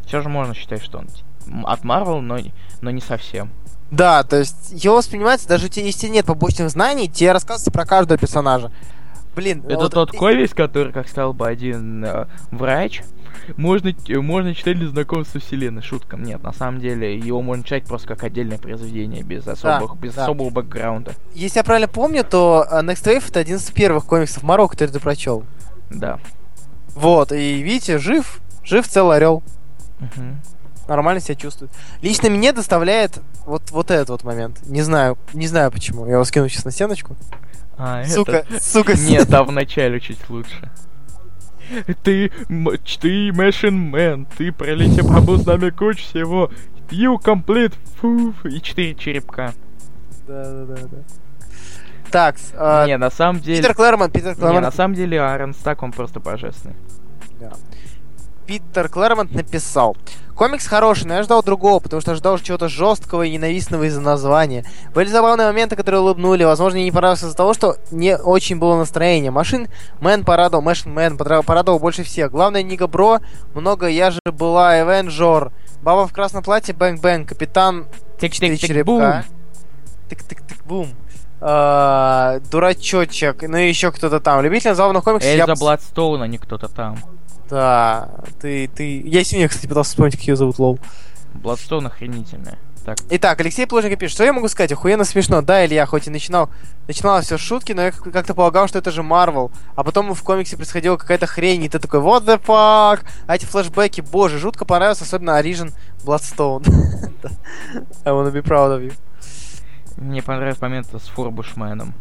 Все же можно считать, что он м, от Marvel, но, но не совсем. Да, то есть его воспринимается, даже у тебя, если нет побочных знаний, тебе рассказывается про каждого персонажа. Блин, Это Ну, вот тот и- Ковис, который, как сказал бы один э, врач, можно, ч- можно читать для знакомства вселенной. Шутка. Нет, на самом деле его можно читать просто как отдельное произведение, без, особых, без да. особого бэкграунда. Если я правильно помню, то э, Next Wave это один из первых комиксов Марвел, который ты прочел. Да. Вот, и видите, жив, жив целый орел. Мгм. Нормально себя чувствует. Лично мне доставляет вот, вот этот вот момент. Не знаю, не знаю почему. Я его скину сейчас на стеночку. А, Сука, этот- сука, Нет, а в начале чуть лучше. Ты, м- ты Machine Man, ты пролетел побыл с нами кучу всего. You complete, фу, и четыре черепка. [laughs] Да, да, да, да. Так, с, а, не, на самом деле... Питер Клэрмонт, Питер Не, на Клэрмонт. самом деле Аарон Стак, он просто божественный. Питер Клэрмонт написал. Комикс хороший, но я ждал другого, потому что ждал чего-то жесткого и ненавистного из-за названия. Были забавные моменты, которые улыбнули. Возможно, мне не понравился из-за того, что не очень было настроение. Машин Мэн порадовал, Машин Мэн подра- порадовал больше всех. Главное, Нига Бро, много я же была, Эвенджор. Баба в красном платье, бэнк-бэнк, капитан четыре черепка. Тык-тык-тык-бум. А, Дурачочек, ну и еще кто-то там. Любитель забавных комиксов. я Эльза пос- Бладстоун, а не кто-то там. Да, ты, ты... Я сегодня, кстати, пытался вспомнить, как ее зовут, лол. Бладстоун охренительная. Так, Итак, Алексей Плужников пишет, что я могу сказать, охуенно смешно. Да, Илья, хоть и начинал, начинала все с шутки, но я как- как-то полагал, что это же Марвел. А потом в комиксе происходила какая-то хрень, и ты такой, what the fuck? А эти флешбеки, боже, жутко понравился, особенно Origin Bloodstone. [laughs] Да. I wanna be proud of you. мне понравился момент с Фурбушменом.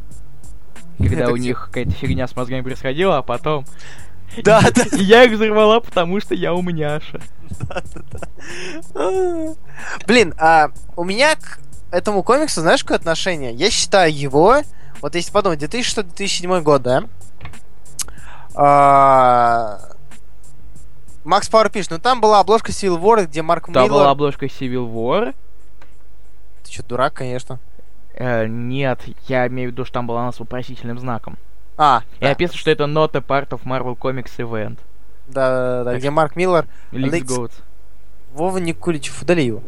Когда Это у где? них какая-то фигня с мозгами происходила, а потом... [laughs] Да, [laughs] да, Я их взорвала, потому что я умняша. Блин, а у меня к этому комиксу, знаешь, какое отношение? Я считаю его, вот если подумать, 2006-2007 год, да? А, Макс Пауэр пишет, ну там была обложка Civil War, где Марк Там была Миллар... обложка Civil War. Ты что, дурак, конечно. Э, нет, я имею в виду, что там была она с вопросительным знаком. А, И да, описано, что это not a part of Marvel Comics Event. да, да, да, где Марк Миллар... Let's Алекс- Вова Никуличев, удали его.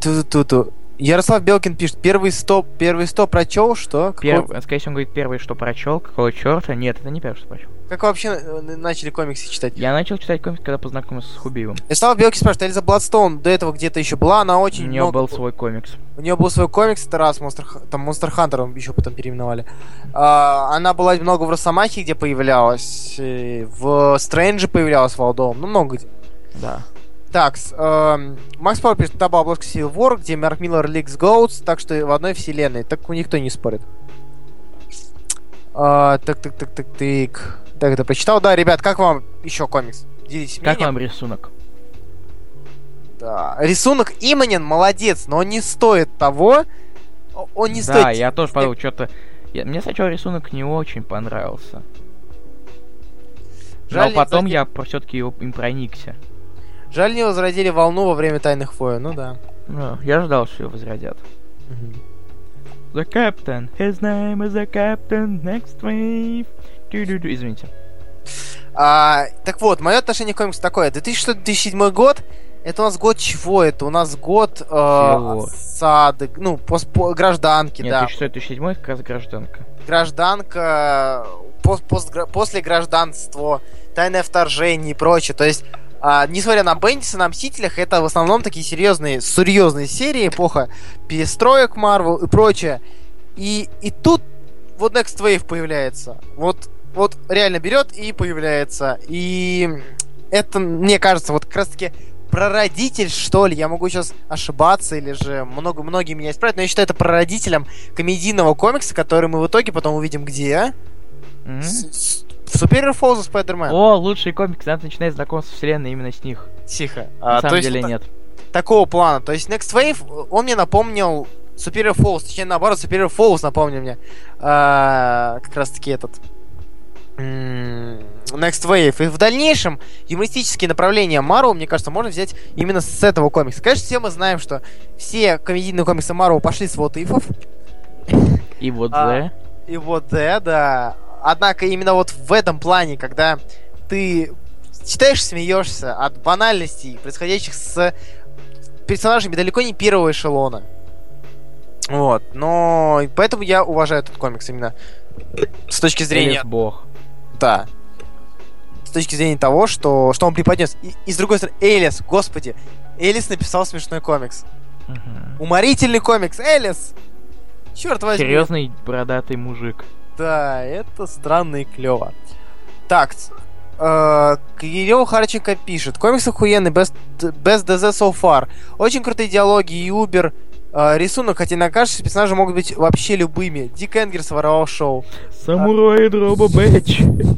Ту-ту-ту. Ярослав Белкин пишет, первый стоп, первый стоп прочел, что? Какой- Скорее всего, он говорит, первое, что прочел, какого черта? Нет, это не первое, что прочел. Как вы вообще э, начали комиксы читать? Я начал читать комикс, когда познакомился с Хубиевым. Вячеслав Белки спрашивает, Эльза Бладстоун до этого где-то еще была, она У очень него много- был свой комикс. У нее был свой комикс, это раз, Monster... Х- там Monster Hunter он еще потом переименовали. А, она была много в Росомахе, где появлялась, э, в Стрэнджи появлялась Волдом, ну много где. Да. Так, с, эм, Макс Пауэр пишет, там была обложка Civil War, где Марк Миллер Ликс Гоутс, так что в одной вселенной, так никто не спорит. А, так, так, так, так, так. Так, это прочитал. Да, ребят, как вам еще комикс? Делитесь Как мнением. вам рисунок? Да. Рисунок Иманин молодец, но он не стоит того. О- Он не да, стоит. Э, я тоже подумал, что-то... я- Мне сначала рисунок не очень понравился. Жаль, Но потом не- я все-таки им проникся. Жаль, не возродили волну во время тайных войн. Ну да. Ну, я ждал, что его возрядят. The Captain, his name is the Captain, next wave. Тю-дю-дю. Извините. А, так вот, мое отношение к комиксу такое. 2006-2007 год. Это у нас год чего? Это у нас год э, Всего. осады, ну, пос- по- гражданки, Нет, да. 1607 как раз гражданка. Гражданка, пос- постгра- после гражданство, тайное вторжение и прочее. То есть, а, несмотря на Бендиса, на Мстителях, это в основном такие серьезные, серьезные серии, эпоха перестроек Марвел и прочее. И, и тут вот Next Wave появляется. Вот, вот реально берет и появляется. И это, мне кажется, вот как раз таки прародитель, что ли. Я могу сейчас ошибаться, или же много, многие меня исправят, но я считаю это прародителем комедийного комикса, который мы в итоге потом увидим где? а? М? С- с- В Superior Falls у Spider-Man. О, лучший комикс, надо начинать знакомство с вселенной именно с них. Тихо. На А, то самом есть деле вот нет. та- такого плана. То есть Next Wave, он мне напомнил Superior Falls, точнее наоборот, Superior Falls напомнил мне. а, как раз таки этот м, Next Wave. И в дальнейшем юмористические направления Марвел, мне кажется, можно взять именно с этого комикса. Конечно, все мы знаем, что все комедийные комиксы Марвел пошли с вот ифов. И вот А, Зе. И вот да, да. Однако именно вот в этом плане, когда ты читаешь, смеешься от банальностей, происходящих с персонажами далеко не первого эшелона. Вот, но и поэтому я уважаю этот комикс именно с точки зрения, Элис Бог. да, с точки зрения того, что, что он преподнес. И, и с другой стороны, Элис, господи, Элис написал смешной комикс. Мгм. Уморительный комикс, Элис! Черт возьми. Серьезный бородатый мужик. Да, это странно и клево. Так, э, Кирилл Харченко пишет. Комикс охуенный, best, best DZ so far. Очень крутые диалоги и убер э, рисунок, хотя на кажется, персонажи могут быть вообще любыми. Дик Энгер своровал шоу. Самурай Дроба Бэтч. [laughs]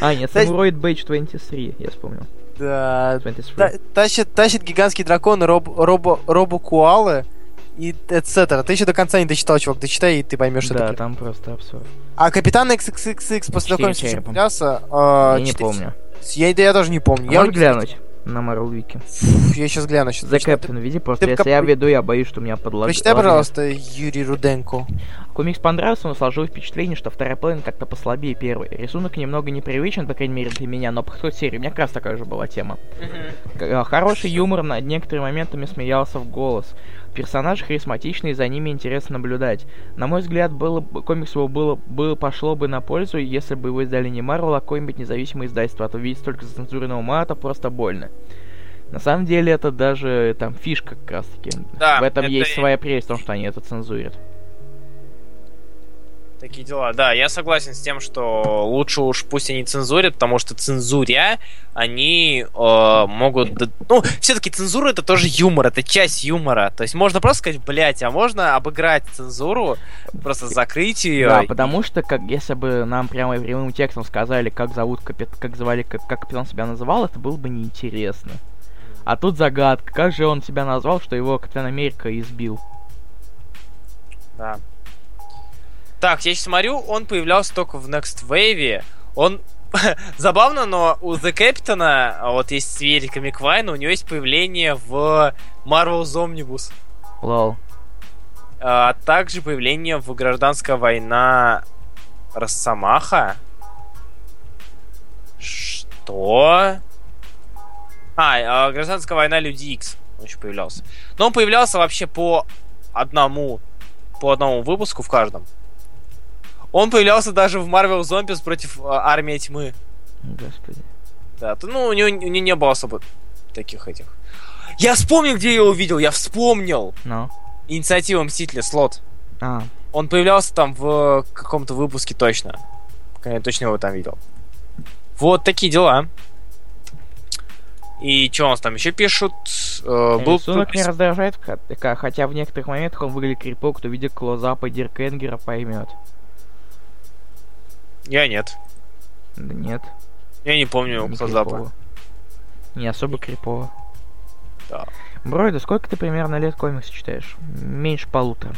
А, нет, Кстати- Самурай Бэтч 23, я вспомнил. Да, 23. та- тащит, тащит гигантский дракон роб, робо, робокуалы и etc. Ты еще до конца не дочитал, чувак. Дочитай, и ты поймешь, что да, это. там просто абсурд. А Капитан XXX после Четыре такого черепа. чемпляса... я не помню. э, Я, да я тоже не помню. А, Я Можешь вот- глянуть на Marvel Wiki? Я сейчас гляну. щас The прочитаю. Captain, види, просто ты если кап- я веду, я боюсь, что у меня подлагает. Прочитай, пожалуйста, Юрий Руденко. Комикс понравился, но сложилось впечатление, что вторая половина как-то послабее первой. Рисунок немного непривычен, по крайней мере, для меня, но подход серии у меня как раз такая же была тема. К- э, Хороший юмор над некоторыми моментами смеялся в голос. Персонажи харизматичные, за ними интересно наблюдать. На мой взгляд, было бы, комиксу было, было, пошло бы на пользу, если бы его издали не Марвел, а какое-нибудь независимое издательство. А то видеть только зацензуренного мата просто больно. На самом деле, это даже э, там фишка как раз таки. Да, в этом это есть и- своя прелесть, в том, что они это цензурят. Такие дела. Да, я согласен с тем, что лучше уж пусть они цензурят, потому что цензуря они э, могут... д- Ну, все-таки цензура это тоже юмор, это часть юмора. То есть можно просто сказать, блять, а можно обыграть цензуру, просто закрыть ее. Да, потому что, как если бы нам прямо и прямым текстом сказали, как зовут капит... как звали, как, как капитан себя называл, это было бы неинтересно. А тут загадка, как же он себя назвал, что его Капитан Америка избил. Да. Так, я сейчас смотрю, он появлялся только в Next Wave. Он... [laughs] Забавно, но у The Captain, а вот есть сверить Комиквайна, у него есть появление в Marvel's Omnibus. Лол. а также появление в гражданская война Росомаха. Что? А, э, гражданская война Люди Икс. Он еще появлялся. Но он появлялся вообще по одному, по одному выпуску в каждом. Он появлялся даже в Marvel Zombies против э, Армии Тьмы. Господи. Да, то- ну, у него, у него не было особо таких этих. Я вспомнил, где я его увидел, я вспомнил. Ну. Инициатива Мстителя, слот. А, Он появлялся там в каком-то выпуске точно. Я точно его там видел. Вот такие дела. И что у нас там еще пишут? Э, был рисунок не раздражает, ха- ка- хотя в некоторых моментах он выглядит крипо, кто видит клозапа Дирка Энгера поймет. Я нет. Да нет. Я не помню не Клозапа. крипово. Не особо крипово. Да. Бройда, сколько ты примерно лет комиксы читаешь? Меньше полутора.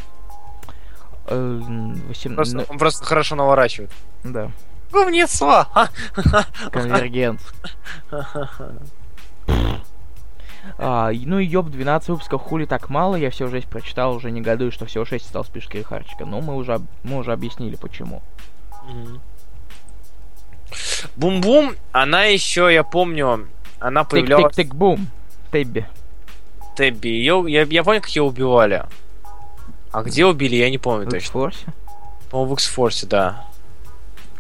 Просто, Восемнадцать. он просто хорошо наворачивает. [laughs] ну, Да. Умница! Ха! Конвергенс. А, и- ну и ёб, 12 выпусков хули так мало, я все жесть прочитал, уже негодую, что всего 6 стал спишки Харчика. Но мы уже, об- мы уже объяснили почему. Мгм. Бум-бум, она еще, я помню, она появлялась Тык-тык-тык-бум. Тебби. в Тебби. Ее, я, я помню, как ее убивали. А где убили, я не помню Вы в точно. курсе? По-моему, в X-Force, да.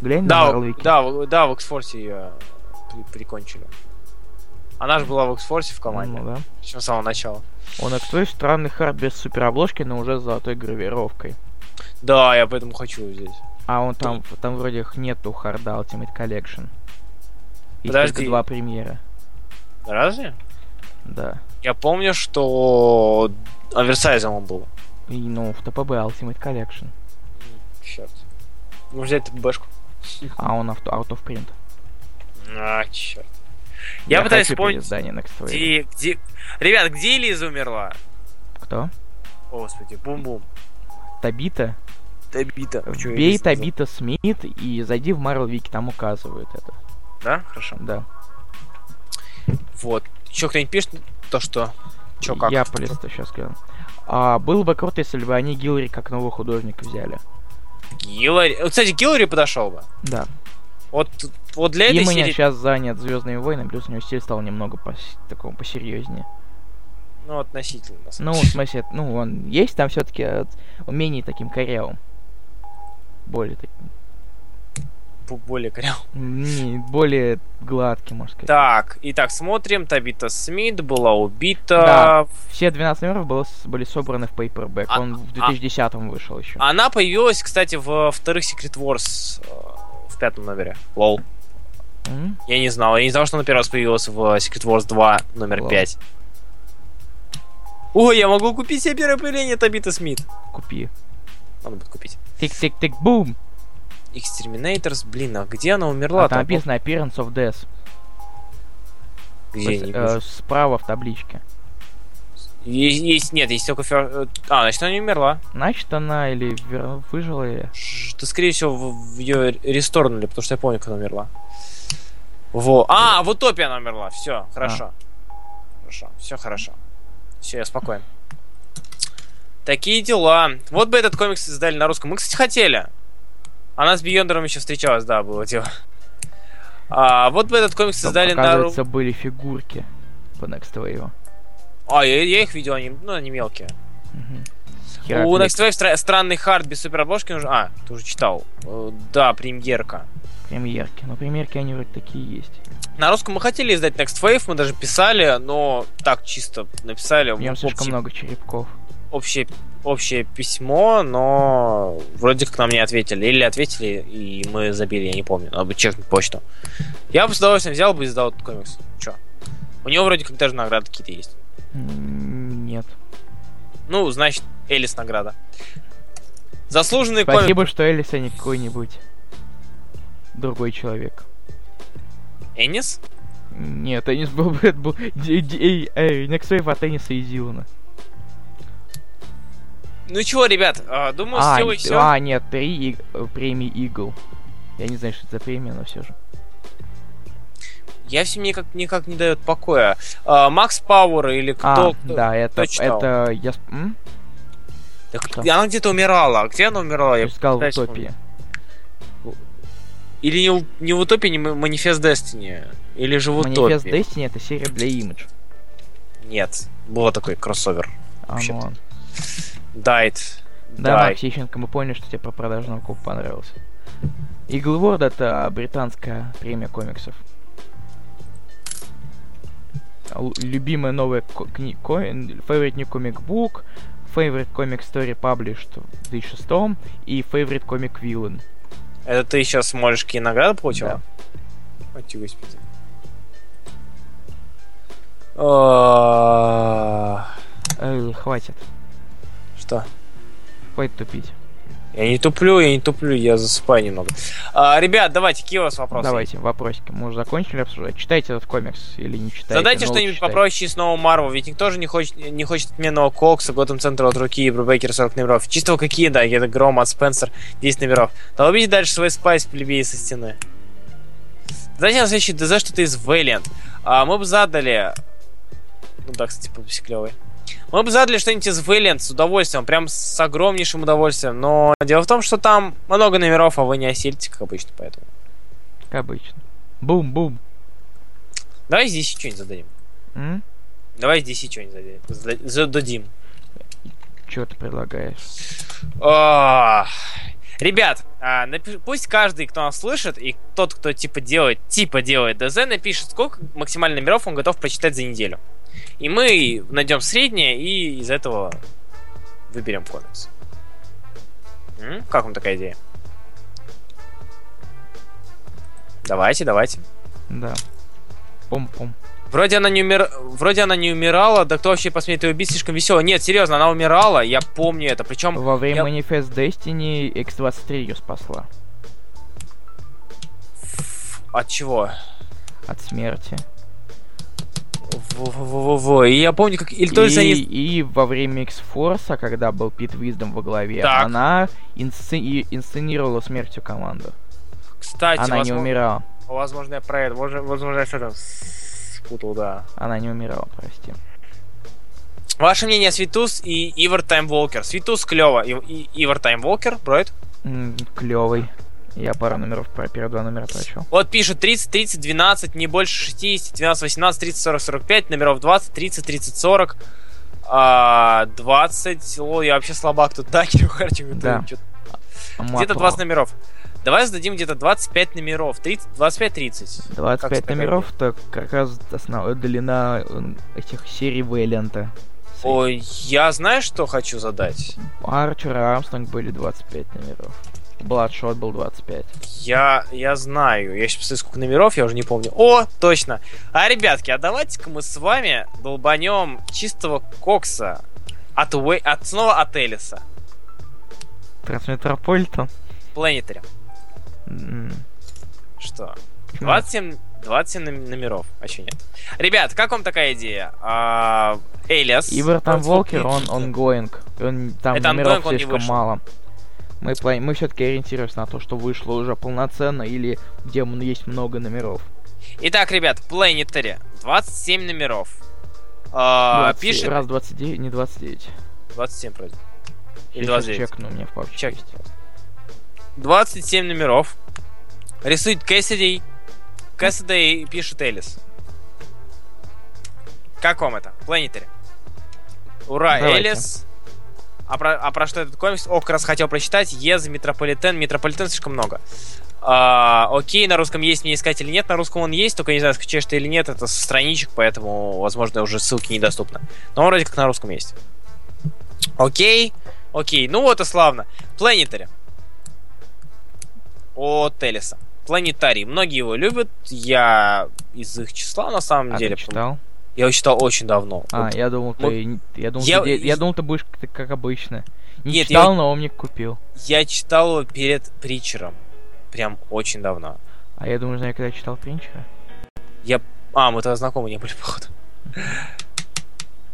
Глянь на Да, в- Marvel Wiki. да, в- да, в Оксфорсе ее при- прикончили. Она же была в Оксфорсе в команде, Ну да. причем с самого начала. Он актует странный хард без суперобложки, но уже с золотой гравировкой. Да, я поэтому хочу его здесь. А он там, там вроде их нету харда Ultimate Collection. Есть Подожди. только два премьера. Разве? Да. Я помню, что оверсайзом он был. И, ну, в ТПБ Ultimate Collection. Черт. Ну, взять эту бэшку. А он авто, out of print. А, черт. Я, пытаюсь хочу вспомнить, переиздание Next Wave. где, где... Ребят, где Элиза умерла? Кто? О, господи, бум-бум. Табита? Табита. А Чё, я Бей Элизу назвал? Табита Смит и зайди в Marvel Wiki, там указывают это. Да? Хорошо. Да. Вот. Еще кто-нибудь пишет то, что... Че, как? Я полез сейчас гляну. А, было бы круто, если бы они Гиллари как нового художника взяли. Гиллари. Кстати, Гиллари подошел бы. Да. Вот, вот для этой И меня серии... сейчас занят Звездными войнами, плюс у него стиль стал немного пос- такого посерьезнее. Ну, относительно. на самом Ну, в деле. смысле, ну, он есть там все-таки умений таким корявым. Более таким. Бу- более коряво. Не, более гладким, можно сказать. Так, итак, смотрим. Табита Смит была Да. убита. Все 12 номеров было с- были собраны в Paperback. А- он в а- 2010 вышел еще. Она появилась, кстати, во вторых Secret Wars э, в пятом номере. Лол. М? Я не знал. Я не знал, что она первый раз появилась в э, Secret Wars 2 номер Лол. 5. Ой, я могу купить себе первое появление Табита Смит. Купи. Надо будет купить. Тик-тик-тик, бум! Exterminators, блин, а где она умерла? А там Там- написано Appearance of Death. Где, То не есть, вижу. э, справа в табличке. Есть, есть- нет, есть только... фер- э, А, значит, она не умерла. Значит, она или вер- выжила, или... Ш- Ты, скорее всего, в, ее ресторнули, потому что я помню, как она умерла. Во. А, в утопии она умерла. Все, хорошо. Хорошо, все хорошо. Все, я спокоен. Такие дела. Вот бы этот комикс издали на русском. Мы, кстати, хотели. Она с Биондером еще встречалась, да, было дело. А, вот бы этот комикс Там, издали на русском. оказывается, были фигурки по Next Wave. А, я, я их видел, они, ну, они мелкие. Мгм. У Хераклит, Next Wave стра- странный хард без суперобложки уже... А, ты уже читал. Э, Да, премьерка. Премьерки. Ну, премьерки, они вроде такие есть. На русском мы хотели издать Next Wave, мы даже писали, но так чисто написали В нем слишком общее, много черепков. общее, общее письмо, но вроде как нам не ответили. Или ответили, и мы забили, я не помню. Надо бы чекнуть почту. Я бы с удовольствием взял бы и издал этот комикс. Че? У него вроде как даже награды какие-то есть. М, Нет. Ну, значит, Элис награда. Заслуженный комикс. Спасибо, что Элис, а не какой-нибудь другой человек. Энис? Нет, теннис был бы... это был- Ди- Ди- эй, эй, Next Wave от тенниса и Дилана. Ну чего, ребят, а, думаю, а, сделай д- все. а, нет, три иг- э, премии Игл. Я не знаю, что это за премия, но все же. Я все мне как никак не дает покоя. А, Макс Пауэр или кто? а, кто- да, это, кто читал? это я сп- м? Так Что? она где-то умирала. Где она умирала? Я сказал в пытаюсь утопии. вспомнить. Или не, у- не в утопии, не м- манифест Destiny. Или же в утопии. Манифест Destiny это серия для Image. Нет. Был такой кроссовер. А, Вообще-то. ну ладно. Дайт. Да, Дайт. Макс Ещенко, мы поняли, что тебе про продажного куб понравился. Иглворд это британская премия комиксов. Л- любимая новая ко- кни- ко- favorite new comic book, favorite comic story published в 2006 и favorite comic villain. Это ты сейчас смотришь, какие награды получила? Да. господи. А, Э, хватит, Что? хватит тупить. Я не туплю, я не туплю, я засыпаю немного. А, ребят, давайте, какие у вас вопросы? Давайте, вопросики. Мы уже закончили обсуждать. Читайте этот комикс или не читайте. Задайте но лучше что-нибудь читайте. попроще из нового Марвел, ведь никто же не хочет, не хочет отменного Кокса, Готэм Центра от руки и Брубекера 40 номеров. Чисто какие, да, это Гром от Спенсер 10 номеров. Долбите дальше свой спайс плебеи со стены. Задайте на следующий ДЗ что-то из Вэлиант. А, мы бы задали... Ну да, кстати, подпись клевый. Мы бы задали что-нибудь из Вэлиант с удовольствием, прям с огромнейшим удовольствием. Но дело в том, что там много номеров, а вы не осилите, как обычно, поэтому... Как обычно. Бум-бум. Давай здесь что-нибудь зададим. М? Давай здесь что-нибудь зададим. Зада- Зададим. Чё ты предлагаешь? Ох. Ребят, а, напи- пусть каждый, кто нас слышит, и тот, кто типа делает, типа делает ДЗ, напишет, сколько максимально номеров он готов прочитать за неделю. И мы найдем среднее, и из этого выберем комикс. М? Как вам такая идея? Давайте, давайте. Да. Пум-пум. Вроде она не умер... Вроде она не умирала, да кто вообще посмеет ее убить, слишком весело. Нет, серьезно, она умирала, я помню это. Причем Во время Я- Manifest Destiny X23 ее спасла от чего? от смерти. Во-во-во-во. И я помню, как... Или то ли и, за ней- и во время X-Force, когда был Пит Виздом во главе, Так. она инсци- и- инсценировала смертью команду. Кстати, она не возможно, умирала. возможно, я про это... Возможно, возможно, я с этим спутал, да. Она не умирала, прости. Ваше мнение, Свитус и Ивар Таймволкер. Свитус клево. И, и- Ивар Таймволкер, Бройд? Клевый. Я пару номеров, про- первые два номера прочел. Вот пишут 30, 30, 12, не больше 60, 12, 18, 30, 40, 45, номеров 20, 30, 30, 40, а, 20. О, я вообще слабак тут, [laughs] да, Кирилл Харченко? ты Да. чё- Мотор. Где-то 20 номеров. Давай зададим где-то 25 номеров. 30, 25-30. 25 Как номеров, так как раз основная длина э, этих серий Вейлента. Ой, я знаю, что хочу задать. Арчер и Армстронг были 25 номеров. Бладшот был 25. Я, я знаю. Я сейчас посмотрю, сколько номеров, я уже не помню. О, точно. А, ребятки, а давайте-ка мы с вами долбанем чистого кокса от, Уэ- от снова от Элиса. Трансметрополитен? Планетарем. М, Что? почему? 27, 27 ном- номеров. А чё нет? Ребят, как вам такая идея? А, Элис. Ивертон Против- Волкер, он онгоинг. Он, там Это номеров ongoing, он не слишком вышел. мало. Мы, пла- мы все-таки ориентируемся на то, что вышло уже полноценно или где м- есть много номеров. Итак, ребят, Планетари. 27 номеров. А, 20 пишет... Ну, Раз 29, не 29. 27 вроде. Или Я 29. сейчас чекну, ну, у меня в папке Чек. есть. 27 номеров. Рисует Кэссиди. Кэссиди и пишет Элис. Как вам это? Планетари. Ура, Давайте. Элис. А про, а про что этот комикс? О, как раз хотел прочитать. Ез, Метрополитен. Метрополитен слишком много. А, окей, на русском есть мне искать или нет. На русском он есть, только я не знаю, скачаешь ты или нет. Это со страничек, поэтому, возможно, уже ссылки недоступны. Но он вроде как на русском есть. Окей, окей. Ну вот и славно. Планетари. О, Телеса. Планетарий. Многие его любят. Я из их числа, на самом А деле. ты читал? Я его читал очень давно. А, Вот. я думал, ты, Ну, не- я думал, я- ты, де- я думал, ты будешь как, как обычно. Не Нет, я читал, но умник купил. Я читал его перед Притчером. Прям очень давно. А я думаю, знаю, когда читал Финчера. А, мы тогда знакомы не были, [laughs] походу.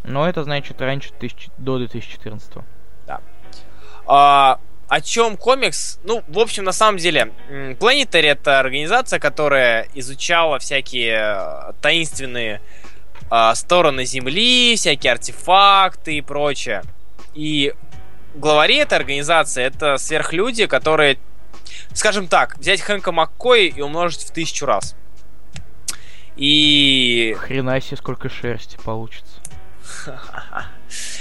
Но это значит раньше тысячи, до 2014. А, о чем комикс? Ну, в общем, на самом деле, м, Planetary это организация, которая изучала всякие э, таинственные а, стороны Земли, всякие артефакты и прочее. И главари этой организации это сверхлюди, которые, скажем так, взять Хэнка Маккой и умножить в тысячу раз. И Хрена себе, сколько шерсти получится.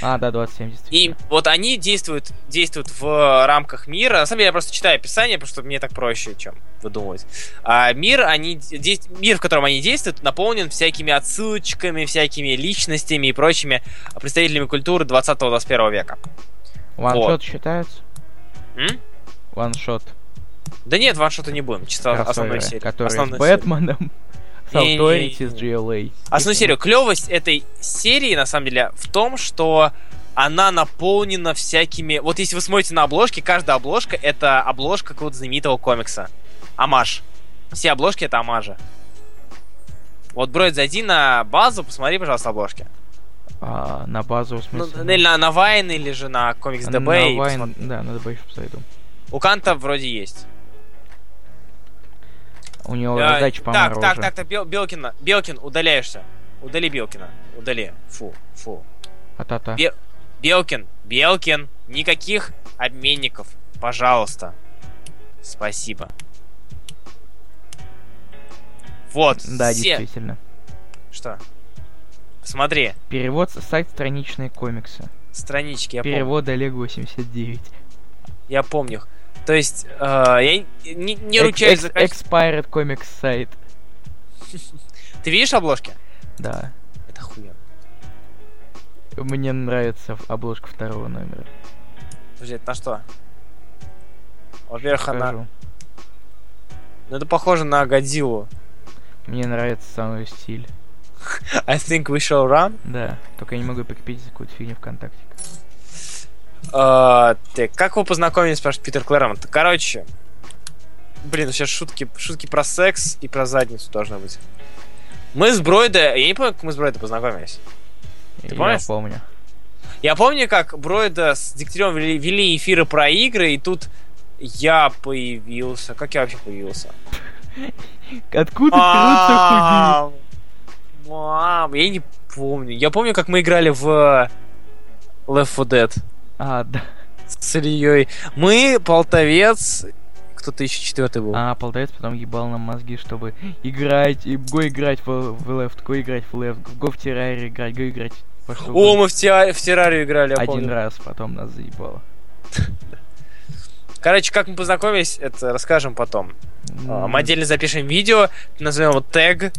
А, да, 27 И действительно. вот они действуют, действуют в э, рамках мира. На самом деле я просто читаю описание, потому что мне так проще, чем выдумывать. А мир, они, де- дейст- мир, в котором они действуют, наполнен всякими отсылочками, всякими личностями и прочими представителями культуры 20-21 века. Ваншот вот. считается? М? Ваншот. Да нет, ваншота не будем. Читал основную кроссоверы, серию. Который с Основную серию. Бэтменом, с Не-не-не-не. Authority, с GLA. Основную серию. Клевость этой серии, на самом деле, в том, что она наполнена всякими... Вот если вы смотрите на обложки, каждая обложка — это обложка какого-то знаменитого комикса. Амаш. Все обложки — это амажи. Вот, Бройд, зайди на базу, посмотри, пожалуйста, обложки. А, на базу, в Ну, смысле. или на, на Вайн, или же на комикс на ДБ. и Вайн, посмотри. да, на ДБ еще зайду. У Канта вроде есть. У него Э, так, раздача, по-моему, так, уже. так, так, Бел- Белкина, Белкин, удаляешься. Удали Белкина. Удали. Фу, фу. А та-та. Бе- Белкин, Белкин, никаких обменников, пожалуйста. Спасибо. Вот, Да, все... действительно. Что? Смотри, Перевод с сайт страничные комиксы. странички, я помню. Перевод Олег 89. Я помню. То есть, э, я не- не, не Экс- ручаюсь экс- за качество. Expired Comics сайт. Ты видишь обложки? Да. Это хуя. Мне нравится в- обложка второго номера. Подожди, это на что? Во-первых, она... Скажу. Ну, это похоже на Годзиллу. [laughs] Мне нравится сам ее стиль. I think we shall run. Да. Только я не могу прикрепить за какую-то фигню ВКонтакте. А, так, как вы познакомились, спрашивает Питер Клэрмонт? Короче, блин, ну сейчас шутки, шутки про секс и про задницу должны быть. Мы с Бройда, я не помню, как мы с Бройда познакомились. я помнишь? помню. Я помню, как Бройда с Дегтярем вели, вели эфиры про игры, и тут я появился. Как я вообще появился? Откуда берутся Мам! Мам, я не помню. Я помню, как мы играли в э, Left 4 Dead. хуги? А, да. с Ильей. Мы, Полтовец, кто 2004 был. А полторец потом ебал нам мозги, чтобы играть, и го играть в, в Left, го играть в Left, в го в террари играть, го играть во что О, угодно. мы в, Терра- в террарию играли, я Один помню. раз потом нас заебало. Короче, как мы познакомились, это расскажем потом. А, М, Мы отдельно запишем видео, назовем его тег.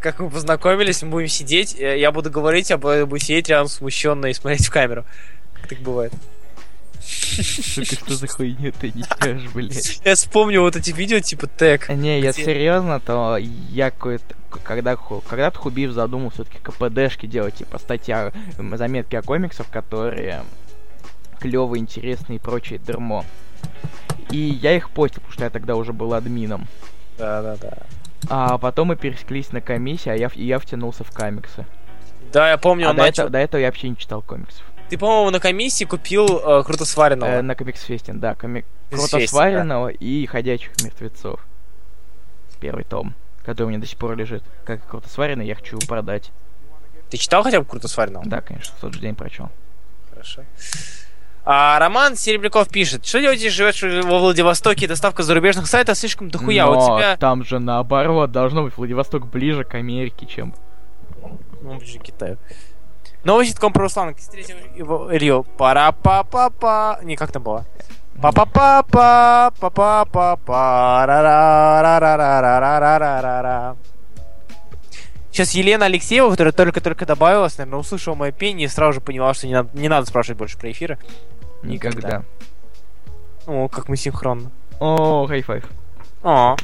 Как мы познакомились, мы будем сидеть, э, я буду говорить, а Б- буду сидеть рядом смущенно и смотреть в камеру. Так бывает. Сука, что за хуйню ты несешь, блядь? Я вспомню вот эти видео типа тег. Не, я Где? серьезно, то я кое-то- когда, ху- когда то Хубиш задумал все-таки КПДшки делать, типа статья, м, заметки о комиксах, которые клевые, интересные и прочее дерьмо. И я их постил, потому что я тогда уже был админом. Да, да, да. А потом мы пересеклись на комиссии, а я, в- и я втянулся в комиксы. Да, я помню, а он до, начал- этого, до этого я вообще не читал комиксов. Ты, по-моему, на комиссии купил э, круто сваренного. Э, на комикс фестин, да, комик... Из Круто Фейса, сваренного и ходячих мертвецов. Первый том, который у меня до сих пор лежит. Как и круто сваренный, я хочу продать. да. Ты читал хотя бы круто сваренного? Да, конечно, в тот же день прочел. Хорошо. А, Роман Серебряков пишет, что делаете, живешь во Владивостоке, доставка с зарубежных сайтов слишком дохуя. Но У [laughs] тебя... там же наоборот должно быть Владивосток ближе к Америке, чем... Ну, ближе к Китаю. Новый ситком про Руслана. Кстати, встретил его Илью. пара па па па Не, как там было? па па па па па па па па ра ра ра ра ра ра ра ра ра ра ра Сейчас Елена Алексеева, которая только-только добавилась, наверное, услышала мое пение и сразу же поняла, что не надо, не надо спрашивать больше про эфиры. Никогда. О, как мы синхронно. О, хай-файв. О,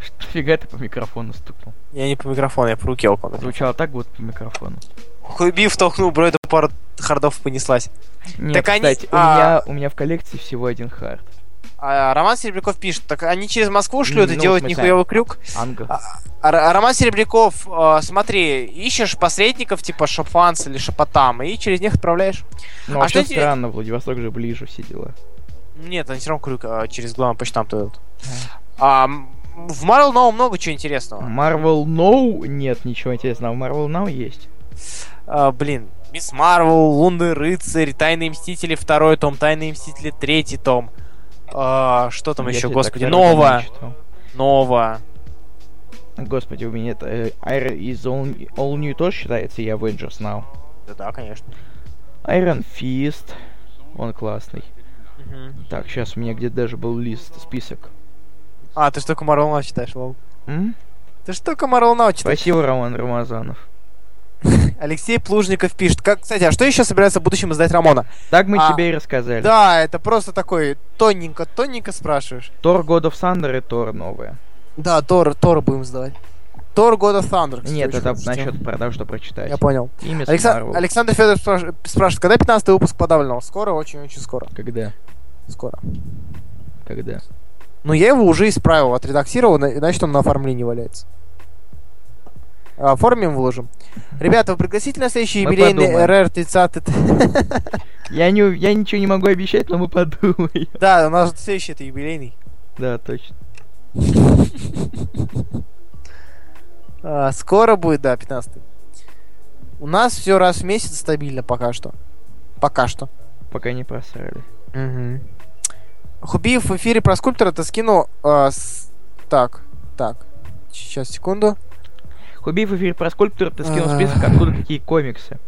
Что фига ты по микрофону стукнул? я не по микрофону, я по руке около. Звучало так, будто по микрофону. Хуйби втолкнул Бройда пару хардов понеслась. Нет, Так они- кстати, у, а. меня, у меня в коллекции всего один хард. А, Роман Серебряков пишет, так они через Москву шлют и Ну, делают в смысле, нихуевый крюк. Анга. А Р- Роман Серебряков, э, смотри, ищешь посредников типа Шапфанс или Шапотам и через них отправляешь. Ну, а вообще что тебе- странно, Владивосток же ближе все дела. Нет, они все равно крюк э, через главный почтам идут. А, м, в Marvel Now много чего интересного. Marvel Now нет ничего интересного. В Marvel Now есть. А, блин, Мисс Марвел, Лунный Рыцарь, Тайные Мстители второй том, Тайные Мстители третий том. А, что там Я еще, тебе господи, так даже не Нова, читал. Нова. Господи, у меня это э, Iron is all, all New тоже считается, и Avengers Now. Да-да, конечно. Iron Fist. Он классный. Мгм. Так, сейчас у меня где-то даже был лист, список. А, ты ж только Marvel Now читаешь, лол. М? Ты ж только Marvel Now читаешь. Спасибо, Роман Рамазанов. Алексей Плужников пишет. Как, кстати, а что еще собирается в будущем издать Рамона? Так мы А. тебе и рассказали. Да, это просто такой тоненько-тоненько спрашиваешь. Тор God of Thunder и Тор новая. Да, Тор, Тор будем сдавать. Тор God of Thunder. кстати, Нет, очень это хорошая тема. насчет продаж, что прочитать. Я понял. Имя с Алекса- Marvel. Александр Федоров спраш- спрашивает, когда 15 выпуск подавленного? Скоро, очень-очень скоро. Когда? Скоро. Когда? Но Ну, я его уже исправил, отредактировал, на- значит он на оформлении валяется. А, Оформим, выложим. Ребята, вы пригласите на следующий Мы юбилейный подумаем. РР 30 Я, не, у- я ничего не могу обещать, но мы подумаем. [laughs] [laughs] Да, у нас же следующий это юбилейный. Да, точно. А, Скоро будет, да, 15 У нас все раз в месяц стабильно пока что. Пока что. Пока не просрали. Хубиев в эфире про скульптора ты скинул... а, с- Так, так. Сейчас, секунду. Хубей в эфире про скульптора, ты скинул Ах. список, откуда какие комиксы.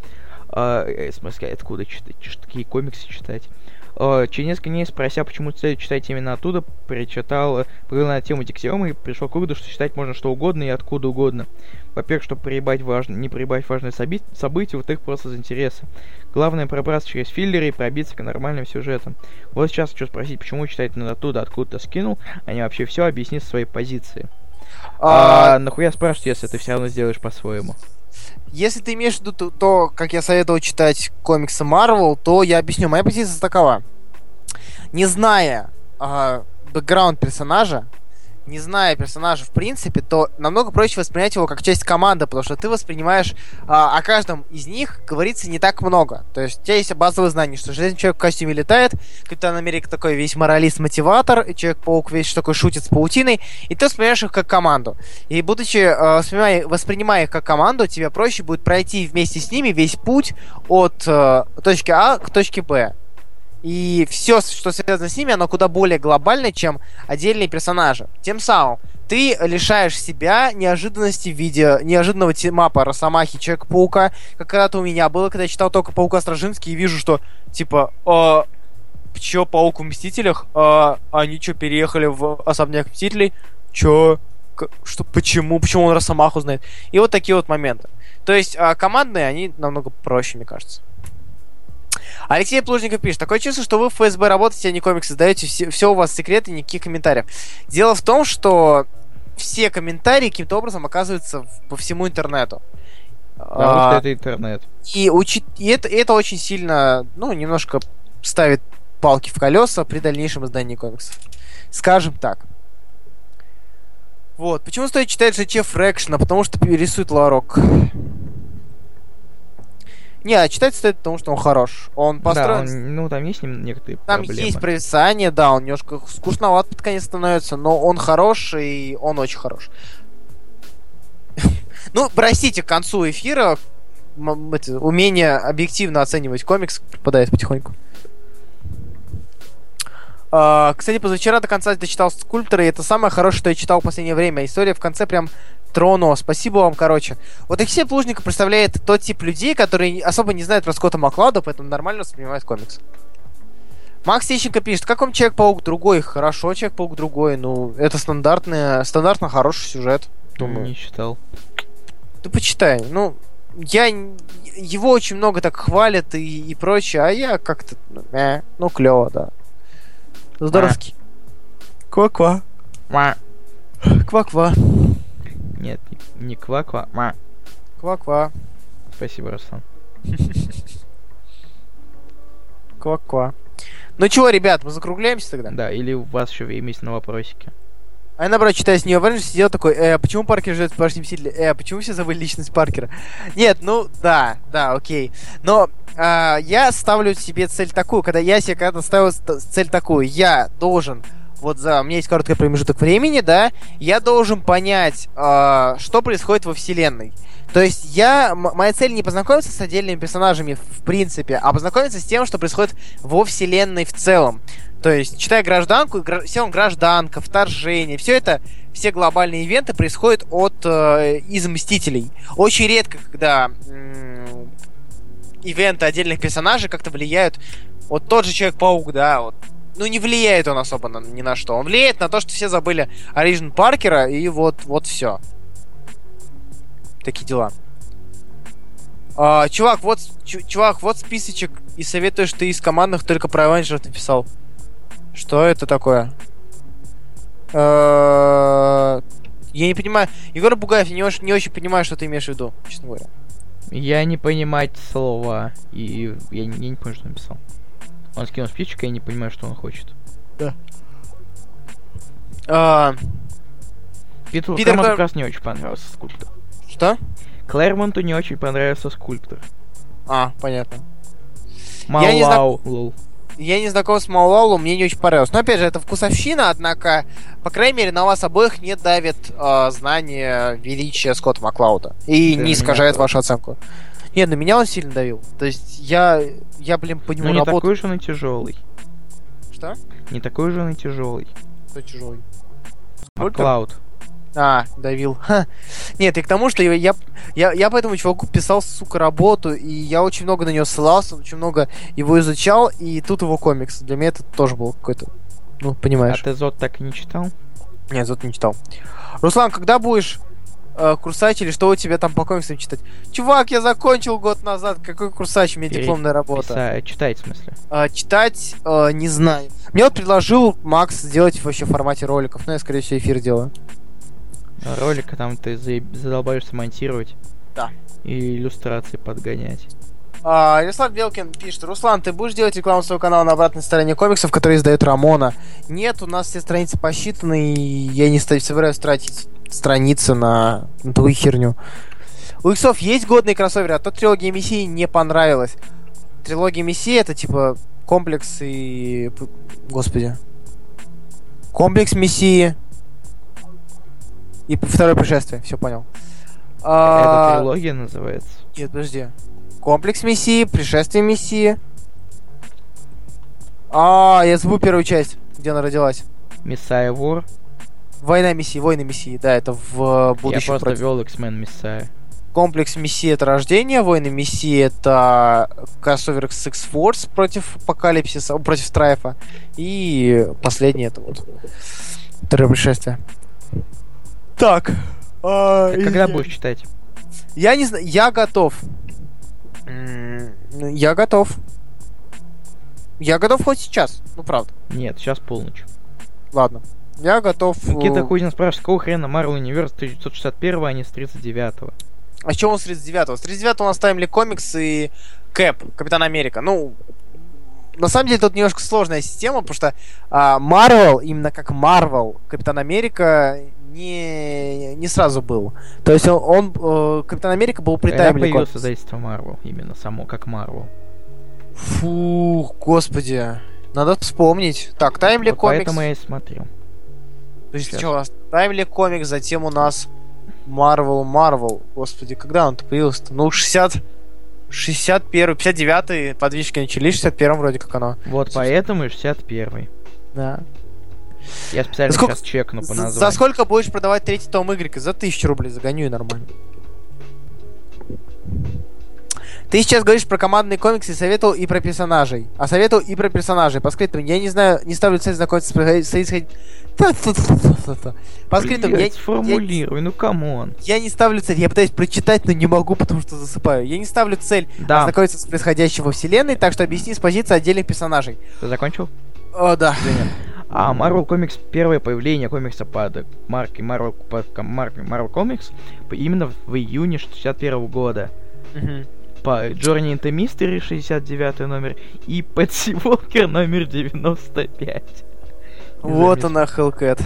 А, э, в смысле, откуда читать, чш- какие комиксы читать. А, Через несколько дней спрося, почему стоит читать именно оттуда, прочитал, э, поговорил на тему диксиома и пришел к выводу, что читать можно что угодно и откуда угодно. Во-первых, чтобы проебать важно, не проебать важные соби- события, вот их просто из интереса. Главное пробраться через филлеры и пробиться к нормальным сюжетам. Вот сейчас хочу спросить, почему читать надо оттуда, откуда ты скинул, а не вообще все объяснить со своей позиции. А, А, нахуя спрашивать, если ты все равно сделаешь по-своему? Если ты имеешь в виду то, то, как я советовал читать комиксы Marvel, то я объясню. Моя позиция такова. Не зная а, бэкграунд персонажа, не зная персонажа в принципе, то намного проще воспринять его как часть команды, потому что ты воспринимаешь а, о каждом из них говорится не так много. То есть у тебя есть базовые знания, что Железный Человек в костюме летает, Капитан Америка такой весь моралист-мотиватор, и Человек-паук весь такой шутит с паутиной, и ты воспринимаешь их как команду. И будучи, э, воспринимая, воспринимая их как команду, тебе проще будет пройти вместе с ними весь путь от э, точки А к точке Б. И все, что связано с ними, оно куда более глобально, чем отдельные персонажи. Тем самым ты лишаешь себя неожиданности в виде неожиданного тимапа Росомахи, Человека-паука, как когда-то у меня было, когда я читал только Паука Стражинский и вижу, что типа «А, чё, Паук в Мстителях? А, они чё, переехали в особняк Мстителей? Чё? К- Что, почему? Почему он Росомаху знает? И вот такие вот моменты. То есть а, командные, они намного проще, мне кажется. Алексей Плужников пишет. Такое чувство, что вы в ФСБ работаете, а не комиксы сдаете. Все, все у вас секреты, никаких комментариев. Дело в том, что все комментарии каким-то образом оказываются в- по всему интернету. Потому А, что это интернет. и, учи- и это, это очень сильно, ну, немножко ставит палки в колеса при дальнейшем издании комиксов. Скажем так. Вот. Почему стоит читать ЖЧ Фрэкшна? Потому что рисует Ларок. Не, а читать стоит, потому что он хорош. Он Да, построен... он- ну там есть нем- некоторые Там проблемы. есть провисание, да, он немножко скучноват под конец становится, но он хорош, и он очень хорош. [laughs] Ну, простите, к концу эфира м- это, умение объективно оценивать комикс пропадает потихоньку. А, Кстати, позавчера до конца дочитал скульптора, и это самое хорошее, что я читал в последнее время. История в конце прям тронула. Спасибо вам, короче. Вот Алексей Плужников представляет тот тип людей, которые особо не знают про Скотта Маклауда, поэтому нормально воспринимают комикс. Макс Тищенко пишет, как вам Человек-паук другой? Хорошо, Человек-паук другой. Ну, это стандартный, стандартно хороший сюжет. Думаю. Не читал. Ты почитай. Ну, я... н- Его очень много так хвалят и, и прочее, а я как-то... Ну, э, ну, клево, да. Здоровский. Ква-ква. Ма. Ква-ква. Нет, не- не ква-ква. Ма. Ква-ква. Спасибо, Руслан. Ква-ква. Ну чего, ребят, мы закругляемся тогда? Да, или у вас еще время есть на вопросики. А я, наоборот, читая с нее Avengers, сидел такой, э, почему Паркер живет в башне Мстителя? Э, почему все забыли личность Паркера? Нет, ну, да, да, окей. Но а, я ставлю себе цель такую, когда я себе когда-то ставил ст- цель такую, я должен, вот за, у меня есть короткий промежуток времени, да, я должен понять, а, что происходит во вселенной. То есть я, м- моя цель не познакомиться с отдельными персонажами в принципе, а познакомиться с тем, что происходит во вселенной в целом. То есть, читая гражданку, гра- все он гражданка, вторжение, все это, все глобальные ивенты происходят от э, из Мстителей. Очень редко, когда м, ивенты отдельных персонажей как-то влияют. Вот тот же Человек-паук, да, вот. Ну, не влияет он особо на- ни на что. Он влияет на то, что все забыли Ориджин Паркера, и вот, вот все. Такие дела. А, чувак, вот, с- чу- чувак, вот списочек, и советуешь ты из командных только про Авенджеров написал. Что это такое? Э, Я не понимаю. Егор Бугаев, я не очень, не очень понимаю, что ты имеешь в виду, честно говоря. Я не понимать слова. И я, не- я не понял, что он написал. Он скинул спичек, я не понимаю, что он хочет. А, Э, Питеру Питер Клэрмонту Клэр- как раз не очень понравился скульптор. Что? Клэрмонту не очень понравился скульптор. А, понятно. Я не знаю- Малау, лол. Я не знаком с Малалу, мне не очень понравилось. Но опять же, это вкусовщина, однако, по крайней мере, на вас обоих не давит э, знание величия Скотта Маклауда. И Да, не меня искажает тоже. вашу оценку. Не, на меня он сильно давил. То есть я, я блин, по нему Ну не работаю. такой же он и тяжелый. Что? Не такой же он и тяжелый. Кто чужой? Сколько? Маклауд. А, давил. Ха. Нет, и к тому, что я, я, я, я по этому чуваку писал, сука, работу, и я очень много на него ссылался, очень много его изучал, и тут его комикс. Для меня это тоже был какой-то, ну, А понимаешь. ты Зод так и не читал? А, Нет, зато не читал. Руслан, когда будешь э, курсач или что у тебя там по комиксам читать? Чувак, я закончил год назад, какой курсач, у меня Пере- дипломная работа. Писа- Читать, в смысле. А, читать э, не знаю. Мне вот предложил Макс сделать вообще в формате роликов, но я, скорее всего, эфир делаю. Ролика там ты заеб- задолбаешься монтировать. Да. И иллюстрации подгонять. А, Ярослав Белкин пишет, Руслан, ты будешь делать рекламу своего канала на обратной стороне комиксов, которые издает Рамона? Нет, у нас все страницы посчитаны, и я не ста- собираюсь тратить страницы на, на такую херню. У иксов есть годные кроссоверы, а то трилогия Мессии не понравилась. Трилогия Мессии это типа комплекс и... п- Господи. Комплекс Мессии и п- второе пришествие, все понял. А, Это трилогия называется. нет, подожди. Комплекс Мессии, пришествие Мессии. А, я забыл первую часть, где она родилась. Мисая Вор. Война Мессии, войны Мессии, да, это в э, Я будущем. просто против- вел X-Men Мисая. Комплекс Мессии это рождение, войны Мессии это кроссовер с X-Force против Апокалипсиса, о, против Страйфа. И последнее это вот. Второе пришествие. Так. а, Ты когда извиняюсь. будешь читать? Я не знаю, я готов. М, ну, Я готов. Я готов хоть сейчас. Ну, правда. Нет, сейчас полночь. Ладно. Я готов. Никита э, Кузин спрашивает, с какого хрена Marvel Universe 1961, а не с 39 А чего он с 39-го? С 39-го у нас Таймли Комикс и Кэп, Капитан Америка. Ну, на самом деле тут немножко сложная система, потому что а, Марвел, именно как Марвел, Капитан Америка не, не сразу был. То есть он, он, э, Капитан Америка был при Когда Таймли появилось Комикс. издательство Marvel, именно само, как Marvel. Фух, господи. Надо вспомнить. Так, Таймли Вот Комикс. поэтому я и смотрел. То есть Сейчас. сначала у нас Таймли комикс, затем у нас Марвел, Марвел. Господи, когда он-то появился-то? Ну, 60... 61 59-й подвижки начались, в 61-м вроде как оно. Вот Собственно. поэтому и 61 Да. Я специально Сколько- сейчас чекну Ну, по За, названию. за сколько будешь продавать третий том Игрика? За 1000 рублей загоню и нормально. Ты сейчас говоришь про командные комиксы, советовал и про персонажей. А советовал и про персонажей. По скриптам я не знаю, не ставлю цель знакомиться с происход- происход- По скриптам я, Блядь, сформулируй, ну камон. Я не ставлю цель, я пытаюсь прочитать, но не могу, потому что засыпаю. Я не ставлю цель Да, ознакомиться с происходящим во вселенной, так что объясни с позиции отдельных персонажей. ты закончил? О, да. А, Marvel Comics, первое появление комикса под марки Marvel, под ком- маркой Marvel Comics п- именно в июне 61 года. По Journey into Mystery 69 номер и Пэтси Волкер номер 95. Вот Незаметно. она, Hellcat.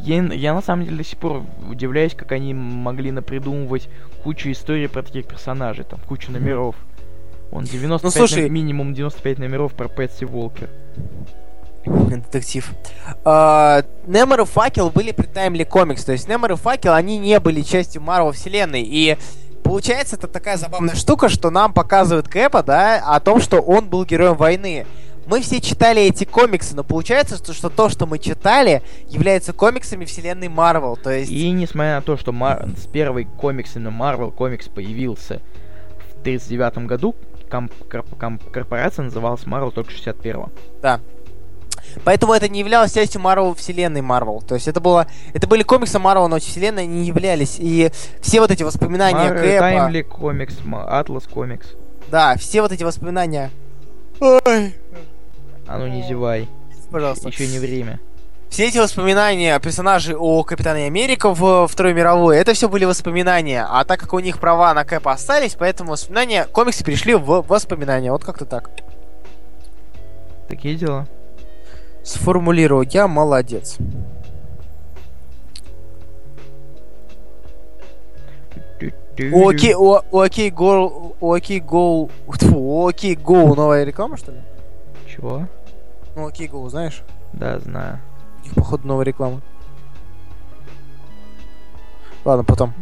Я, я на самом деле до сих пор удивляюсь, как они могли напридумывать кучу историй про таких персонажей, там кучу номеров. Он 95, Ну, слушай- ном- минимум 95 номеров про Пэтси Волкер. Детектив. А, Немор и Факел были при Таймли Комикс, то есть Немор и Факел, они не были частью Марвел Вселенной, и получается это такая забавная штука, что нам показывают Кэпа, да, о том, что он был героем войны. Мы все читали эти комиксы, но получается, что, что то, что мы читали, является комиксами вселенной Марвел, то есть... И несмотря на то, что Мар- с первой комикс именно Marvel комикс появился в 39 году, ком- корп- ком- корпорация называлась Marvel только 61 Поэтому это не являлось частью Марвел вселенной Марвел. То есть это было, это были комиксы Марвел, но вселенной они не являлись. И все вот эти воспоминания Кэпа, Таймли комикс, Ма- Атлас комикс. да, все вот эти воспоминания, А ну не зевай, пожалуйста. еще не время. Все эти воспоминания персонажей о Капитане Америка в э, Второй мировой, это все были воспоминания. А так как у них права на Кэпа остались, поэтому воспоминания, комиксы перешли в воспоминания. Вот как-то так. Такие дела. Сформулировал, я молодец. У Окей, у, у Окей Гол, у Окей Гол, тьфу, у Окей Гоу новая реклама, что ли? Чего? Ну, Окей Гоу, знаешь? Да, знаю. У них, походу, новая реклама. Ладно, потом.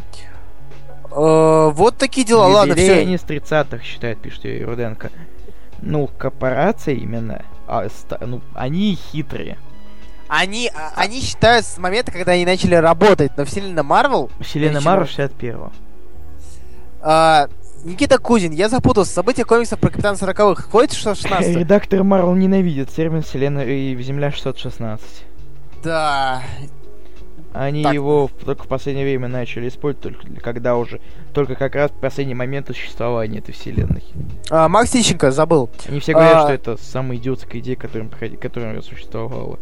Э, вот такие дела, ладно, Юбилей все. они с 30-х считают, пишет Юрий Руденко. Ну, корпорация именно, а, ста- ну, они хитрые. Они, а, они считают с момента, когда они начали работать, но вселенная Марвел... Вселенная Ничего. Мару 61-го. а, Никита Кузин, я запутался. События комиксов про Капитана 40-х. Входит что 16 Редактор Марвел ненавидит термин Вселенная и Земля 616. Да. Они Так. его в- только в последнее время начали использовать, только для- когда уже, только как раз в последний момент существования этой вселенной. А, Макс Тищенко, забыл. Они все говорят, А. что это самая идиотская идея, которая, приходи- которая существовала.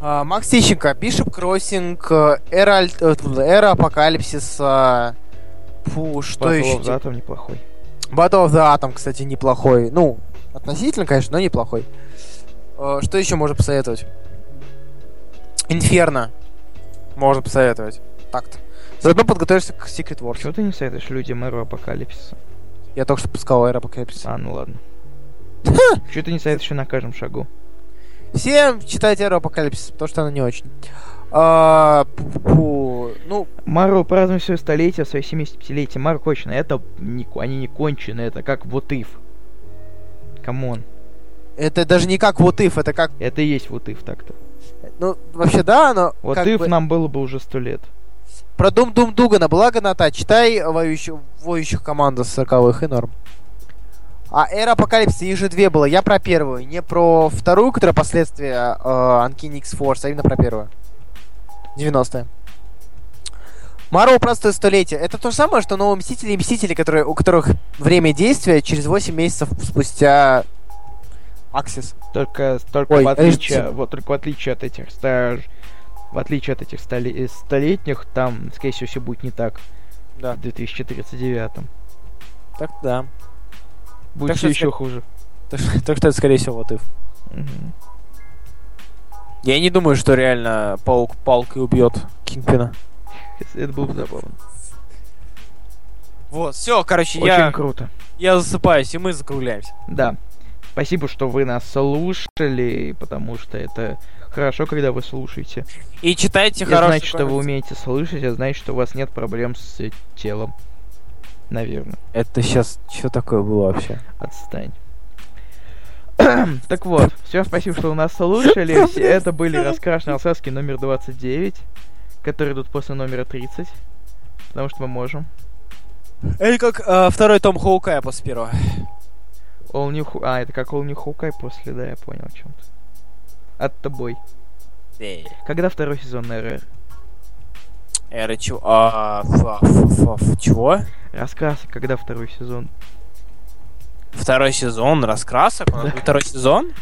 А, Макс Тищенко, Бишоп Кроссинг, э, Эра, Аль- э, тьфу, Эра Апокалипсиса... Фу, что Battle еще? of the Atom неплохой. Battle of the Atom, кстати, неплохой. Ну, относительно, конечно, но неплохой. Э, Что еще можно посоветовать? Инферно. Можно посоветовать. Так-то. Заодно подготовишься к Secret Wars. Почему ты не советуешь людям Эру Апокалипсиса? Я только что пускал Air Apocalypse. А, [laughs] ну ладно. Чё ты не советуешь на каждом шагу? Всем читайте Air Apocalypse, потому что она не очень. А, пу-пу-пу. Ну, Мару празднует свое столетие, свое 75-летие. Мару кончено. Это не, ко- они не кончены, это как вот if. Камон. Это даже не как вот if, это как... Это и есть вот if так-то. Ну, вообще, да, но... Вот как if бы- нам было бы уже сто лет. Про Дум Дум Дугана была гнота. Читай воющую, воющих команду с 40 и норм. А Эра Апокалипсиса, их же две было. Я про первую, не про вторую, которая последствия э, Uncanny X-Force, а именно про первую. 90-е. Марвел простое столетие. Это то же самое, что новые Мстители и Мстители, которые, у которых время действия через 8 месяцев спустя Аксис. Только, только Ой, в отличие, подожди. вот только в отличие от этих стаж, в отличие от этих столе- э, столетних, там, скорее всего, все будет не так. Да. В 2039 Так да. Будет Так все что еще хуже. Так, что это, скорее всего, вот и Мгм. Я не думаю, что реально паук палкой убьет Кингпина. Это было бы забавно. Вот, все, короче, Очень я, круто. я засыпаюсь, и мы закругляемся. Да. Спасибо, что вы нас слушали, потому что это хорошо, когда вы слушаете. И читайте Это хороший значит, что вы комикс. умеете слышать, а значит, что у вас нет проблем с э, телом. Наверное. Это сейчас что такое было вообще? Отстань. [clears throat] так вот, все, спасибо, что вы нас слушали. Все- Это были раскрашенные алсаски номер 29, которые идут после номера 30. Потому что мы можем. Это как э, второй том Хоукая после первого. All New Ху- А, это как All New Hawkeye после, да, я понял о чем-то. От тобой. Эй, Когда второй сезон РР? Эра чего? А, фа- фа- фа- чего? Раскрасок, когда второй сезон? Второй сезон раскрасок? У нас Да. будет Второй сезон?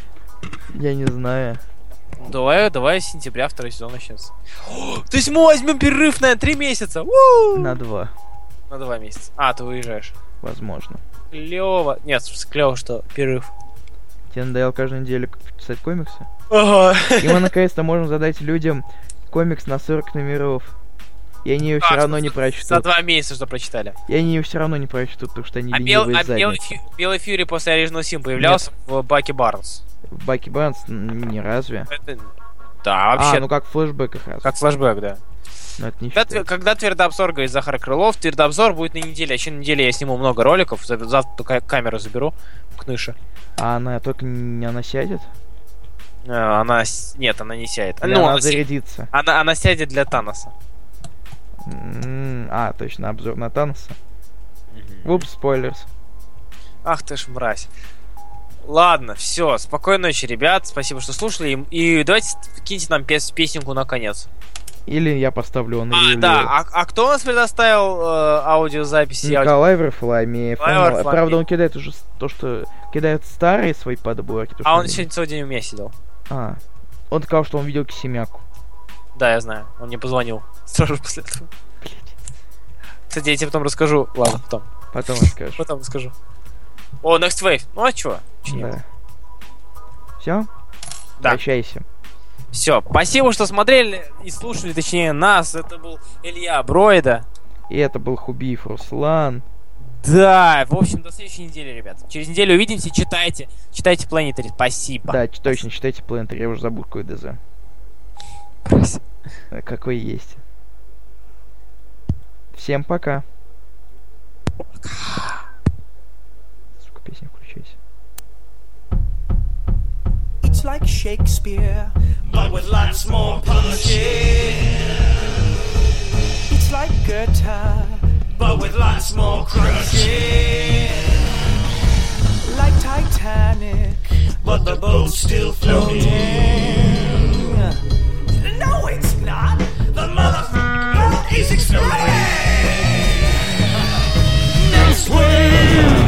Я не знаю. Давай, давай с сентября второй сезон [gasps] начнется. О, То есть мы возьмем перерыв на три месяца. У! На два, На два месяца. А, ты уезжаешь. возможно. Клево. Нет, в смысле, клево, что перерыв. Тебе надоело каждую неделю к- писать комиксы? Ага. [laughs] И мы наконец-то можем задать людям комикс на 40 номеров. И они ее все А, равно не За прочтут. два месяца что прочитали. И они ее все равно не прочтут, потому что они А, бел, ленивые а белый, задницы. Фью- белый Фьюри после Original Sin появлялся в Баке Барнс. Баки Барнс м, не разве? Это- Да, вообще. А, ну как в флешбеках раз. Как флэшбэк, да. Но это не Когда, считается. твер- когда Твердообзор говорит Захар Крылов, Твердообзор будет на неделе. А еще на неделе я сниму много роликов. За- Завтра только камеру заберу к Ныше. А она только не она сядет? А, Она... с- Нет, она не сядет. Или Ну, она она, си- зарядится? она, она сядет для Таноса. М, А, точно, обзор на Таноса. Упс, спойлерс. Ах ты ж мразь. Ладно, все. Спокойной ночи, ребят. Спасибо, что слушали. И, и давайте киньте нам пес- песенку наконец. Или я поставлю он А, да, а, а кто у нас предоставил э, аудиозаписи? и аудио- Николай Варфоломеев. Он- Николай Варфоломеев. Правда, он кидает уже с- то, что кидает старые свои подборки. то, что А он не- сегодня целый день у меня сидел. А. Он сказал, что он видел Кисимяку. Да, я знаю. Он мне позвонил [laughs] сразу же после этого. Кстати, я тебе потом расскажу. Ладно, потом. Потом расскажешь. Потом расскажу. О, Next Wave. Ну а чё? Чё нет? Все? Да. Прощайся. Все, спасибо, что смотрели и слушали, точнее, нас. Это был Илья Бройда. И это был Хубиев Руслан. Да, в общем, до следующей недели, ребят. Через неделю увидимся, читайте. Читайте Planetary. Спасибо. Да, ч- точно, читайте Planetary, я уже забыл, какой ДЗ. Прости. Э, Какой есть. Всем пока. Сука, песня включайся. It's like Shakespeare, but with lots more punching. It's like Goethe, but with lots more crushing. Like Titanic, but the boat's still floating. No, it's not. The motherfucking boat is exploding. Next wave.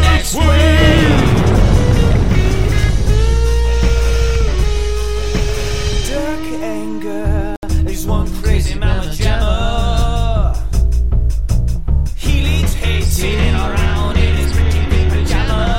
Next wave. Dark anger is one crazy man jammer. He leads hate sitting around in his pretty paper jammer.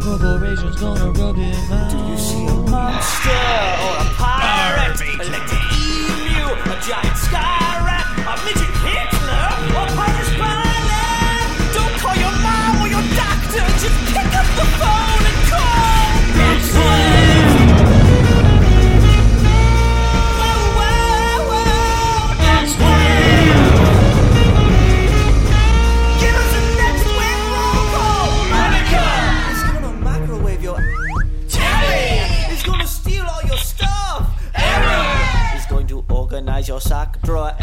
corporation's gonna rub your mind. Do you see a monster or a pirate? Electric emu, a giant sky rat, a midget Hitler, or Pirate Spider? Don't call your mom or your doctor. Just pick up the phone and call. Next wave. Whoa, whoa, whoa. Next wave. Give us a next wave roll call. Monica is gonna microwave your Terry is gonna steal all your stuff. Aaron is going to organize your sock drawer.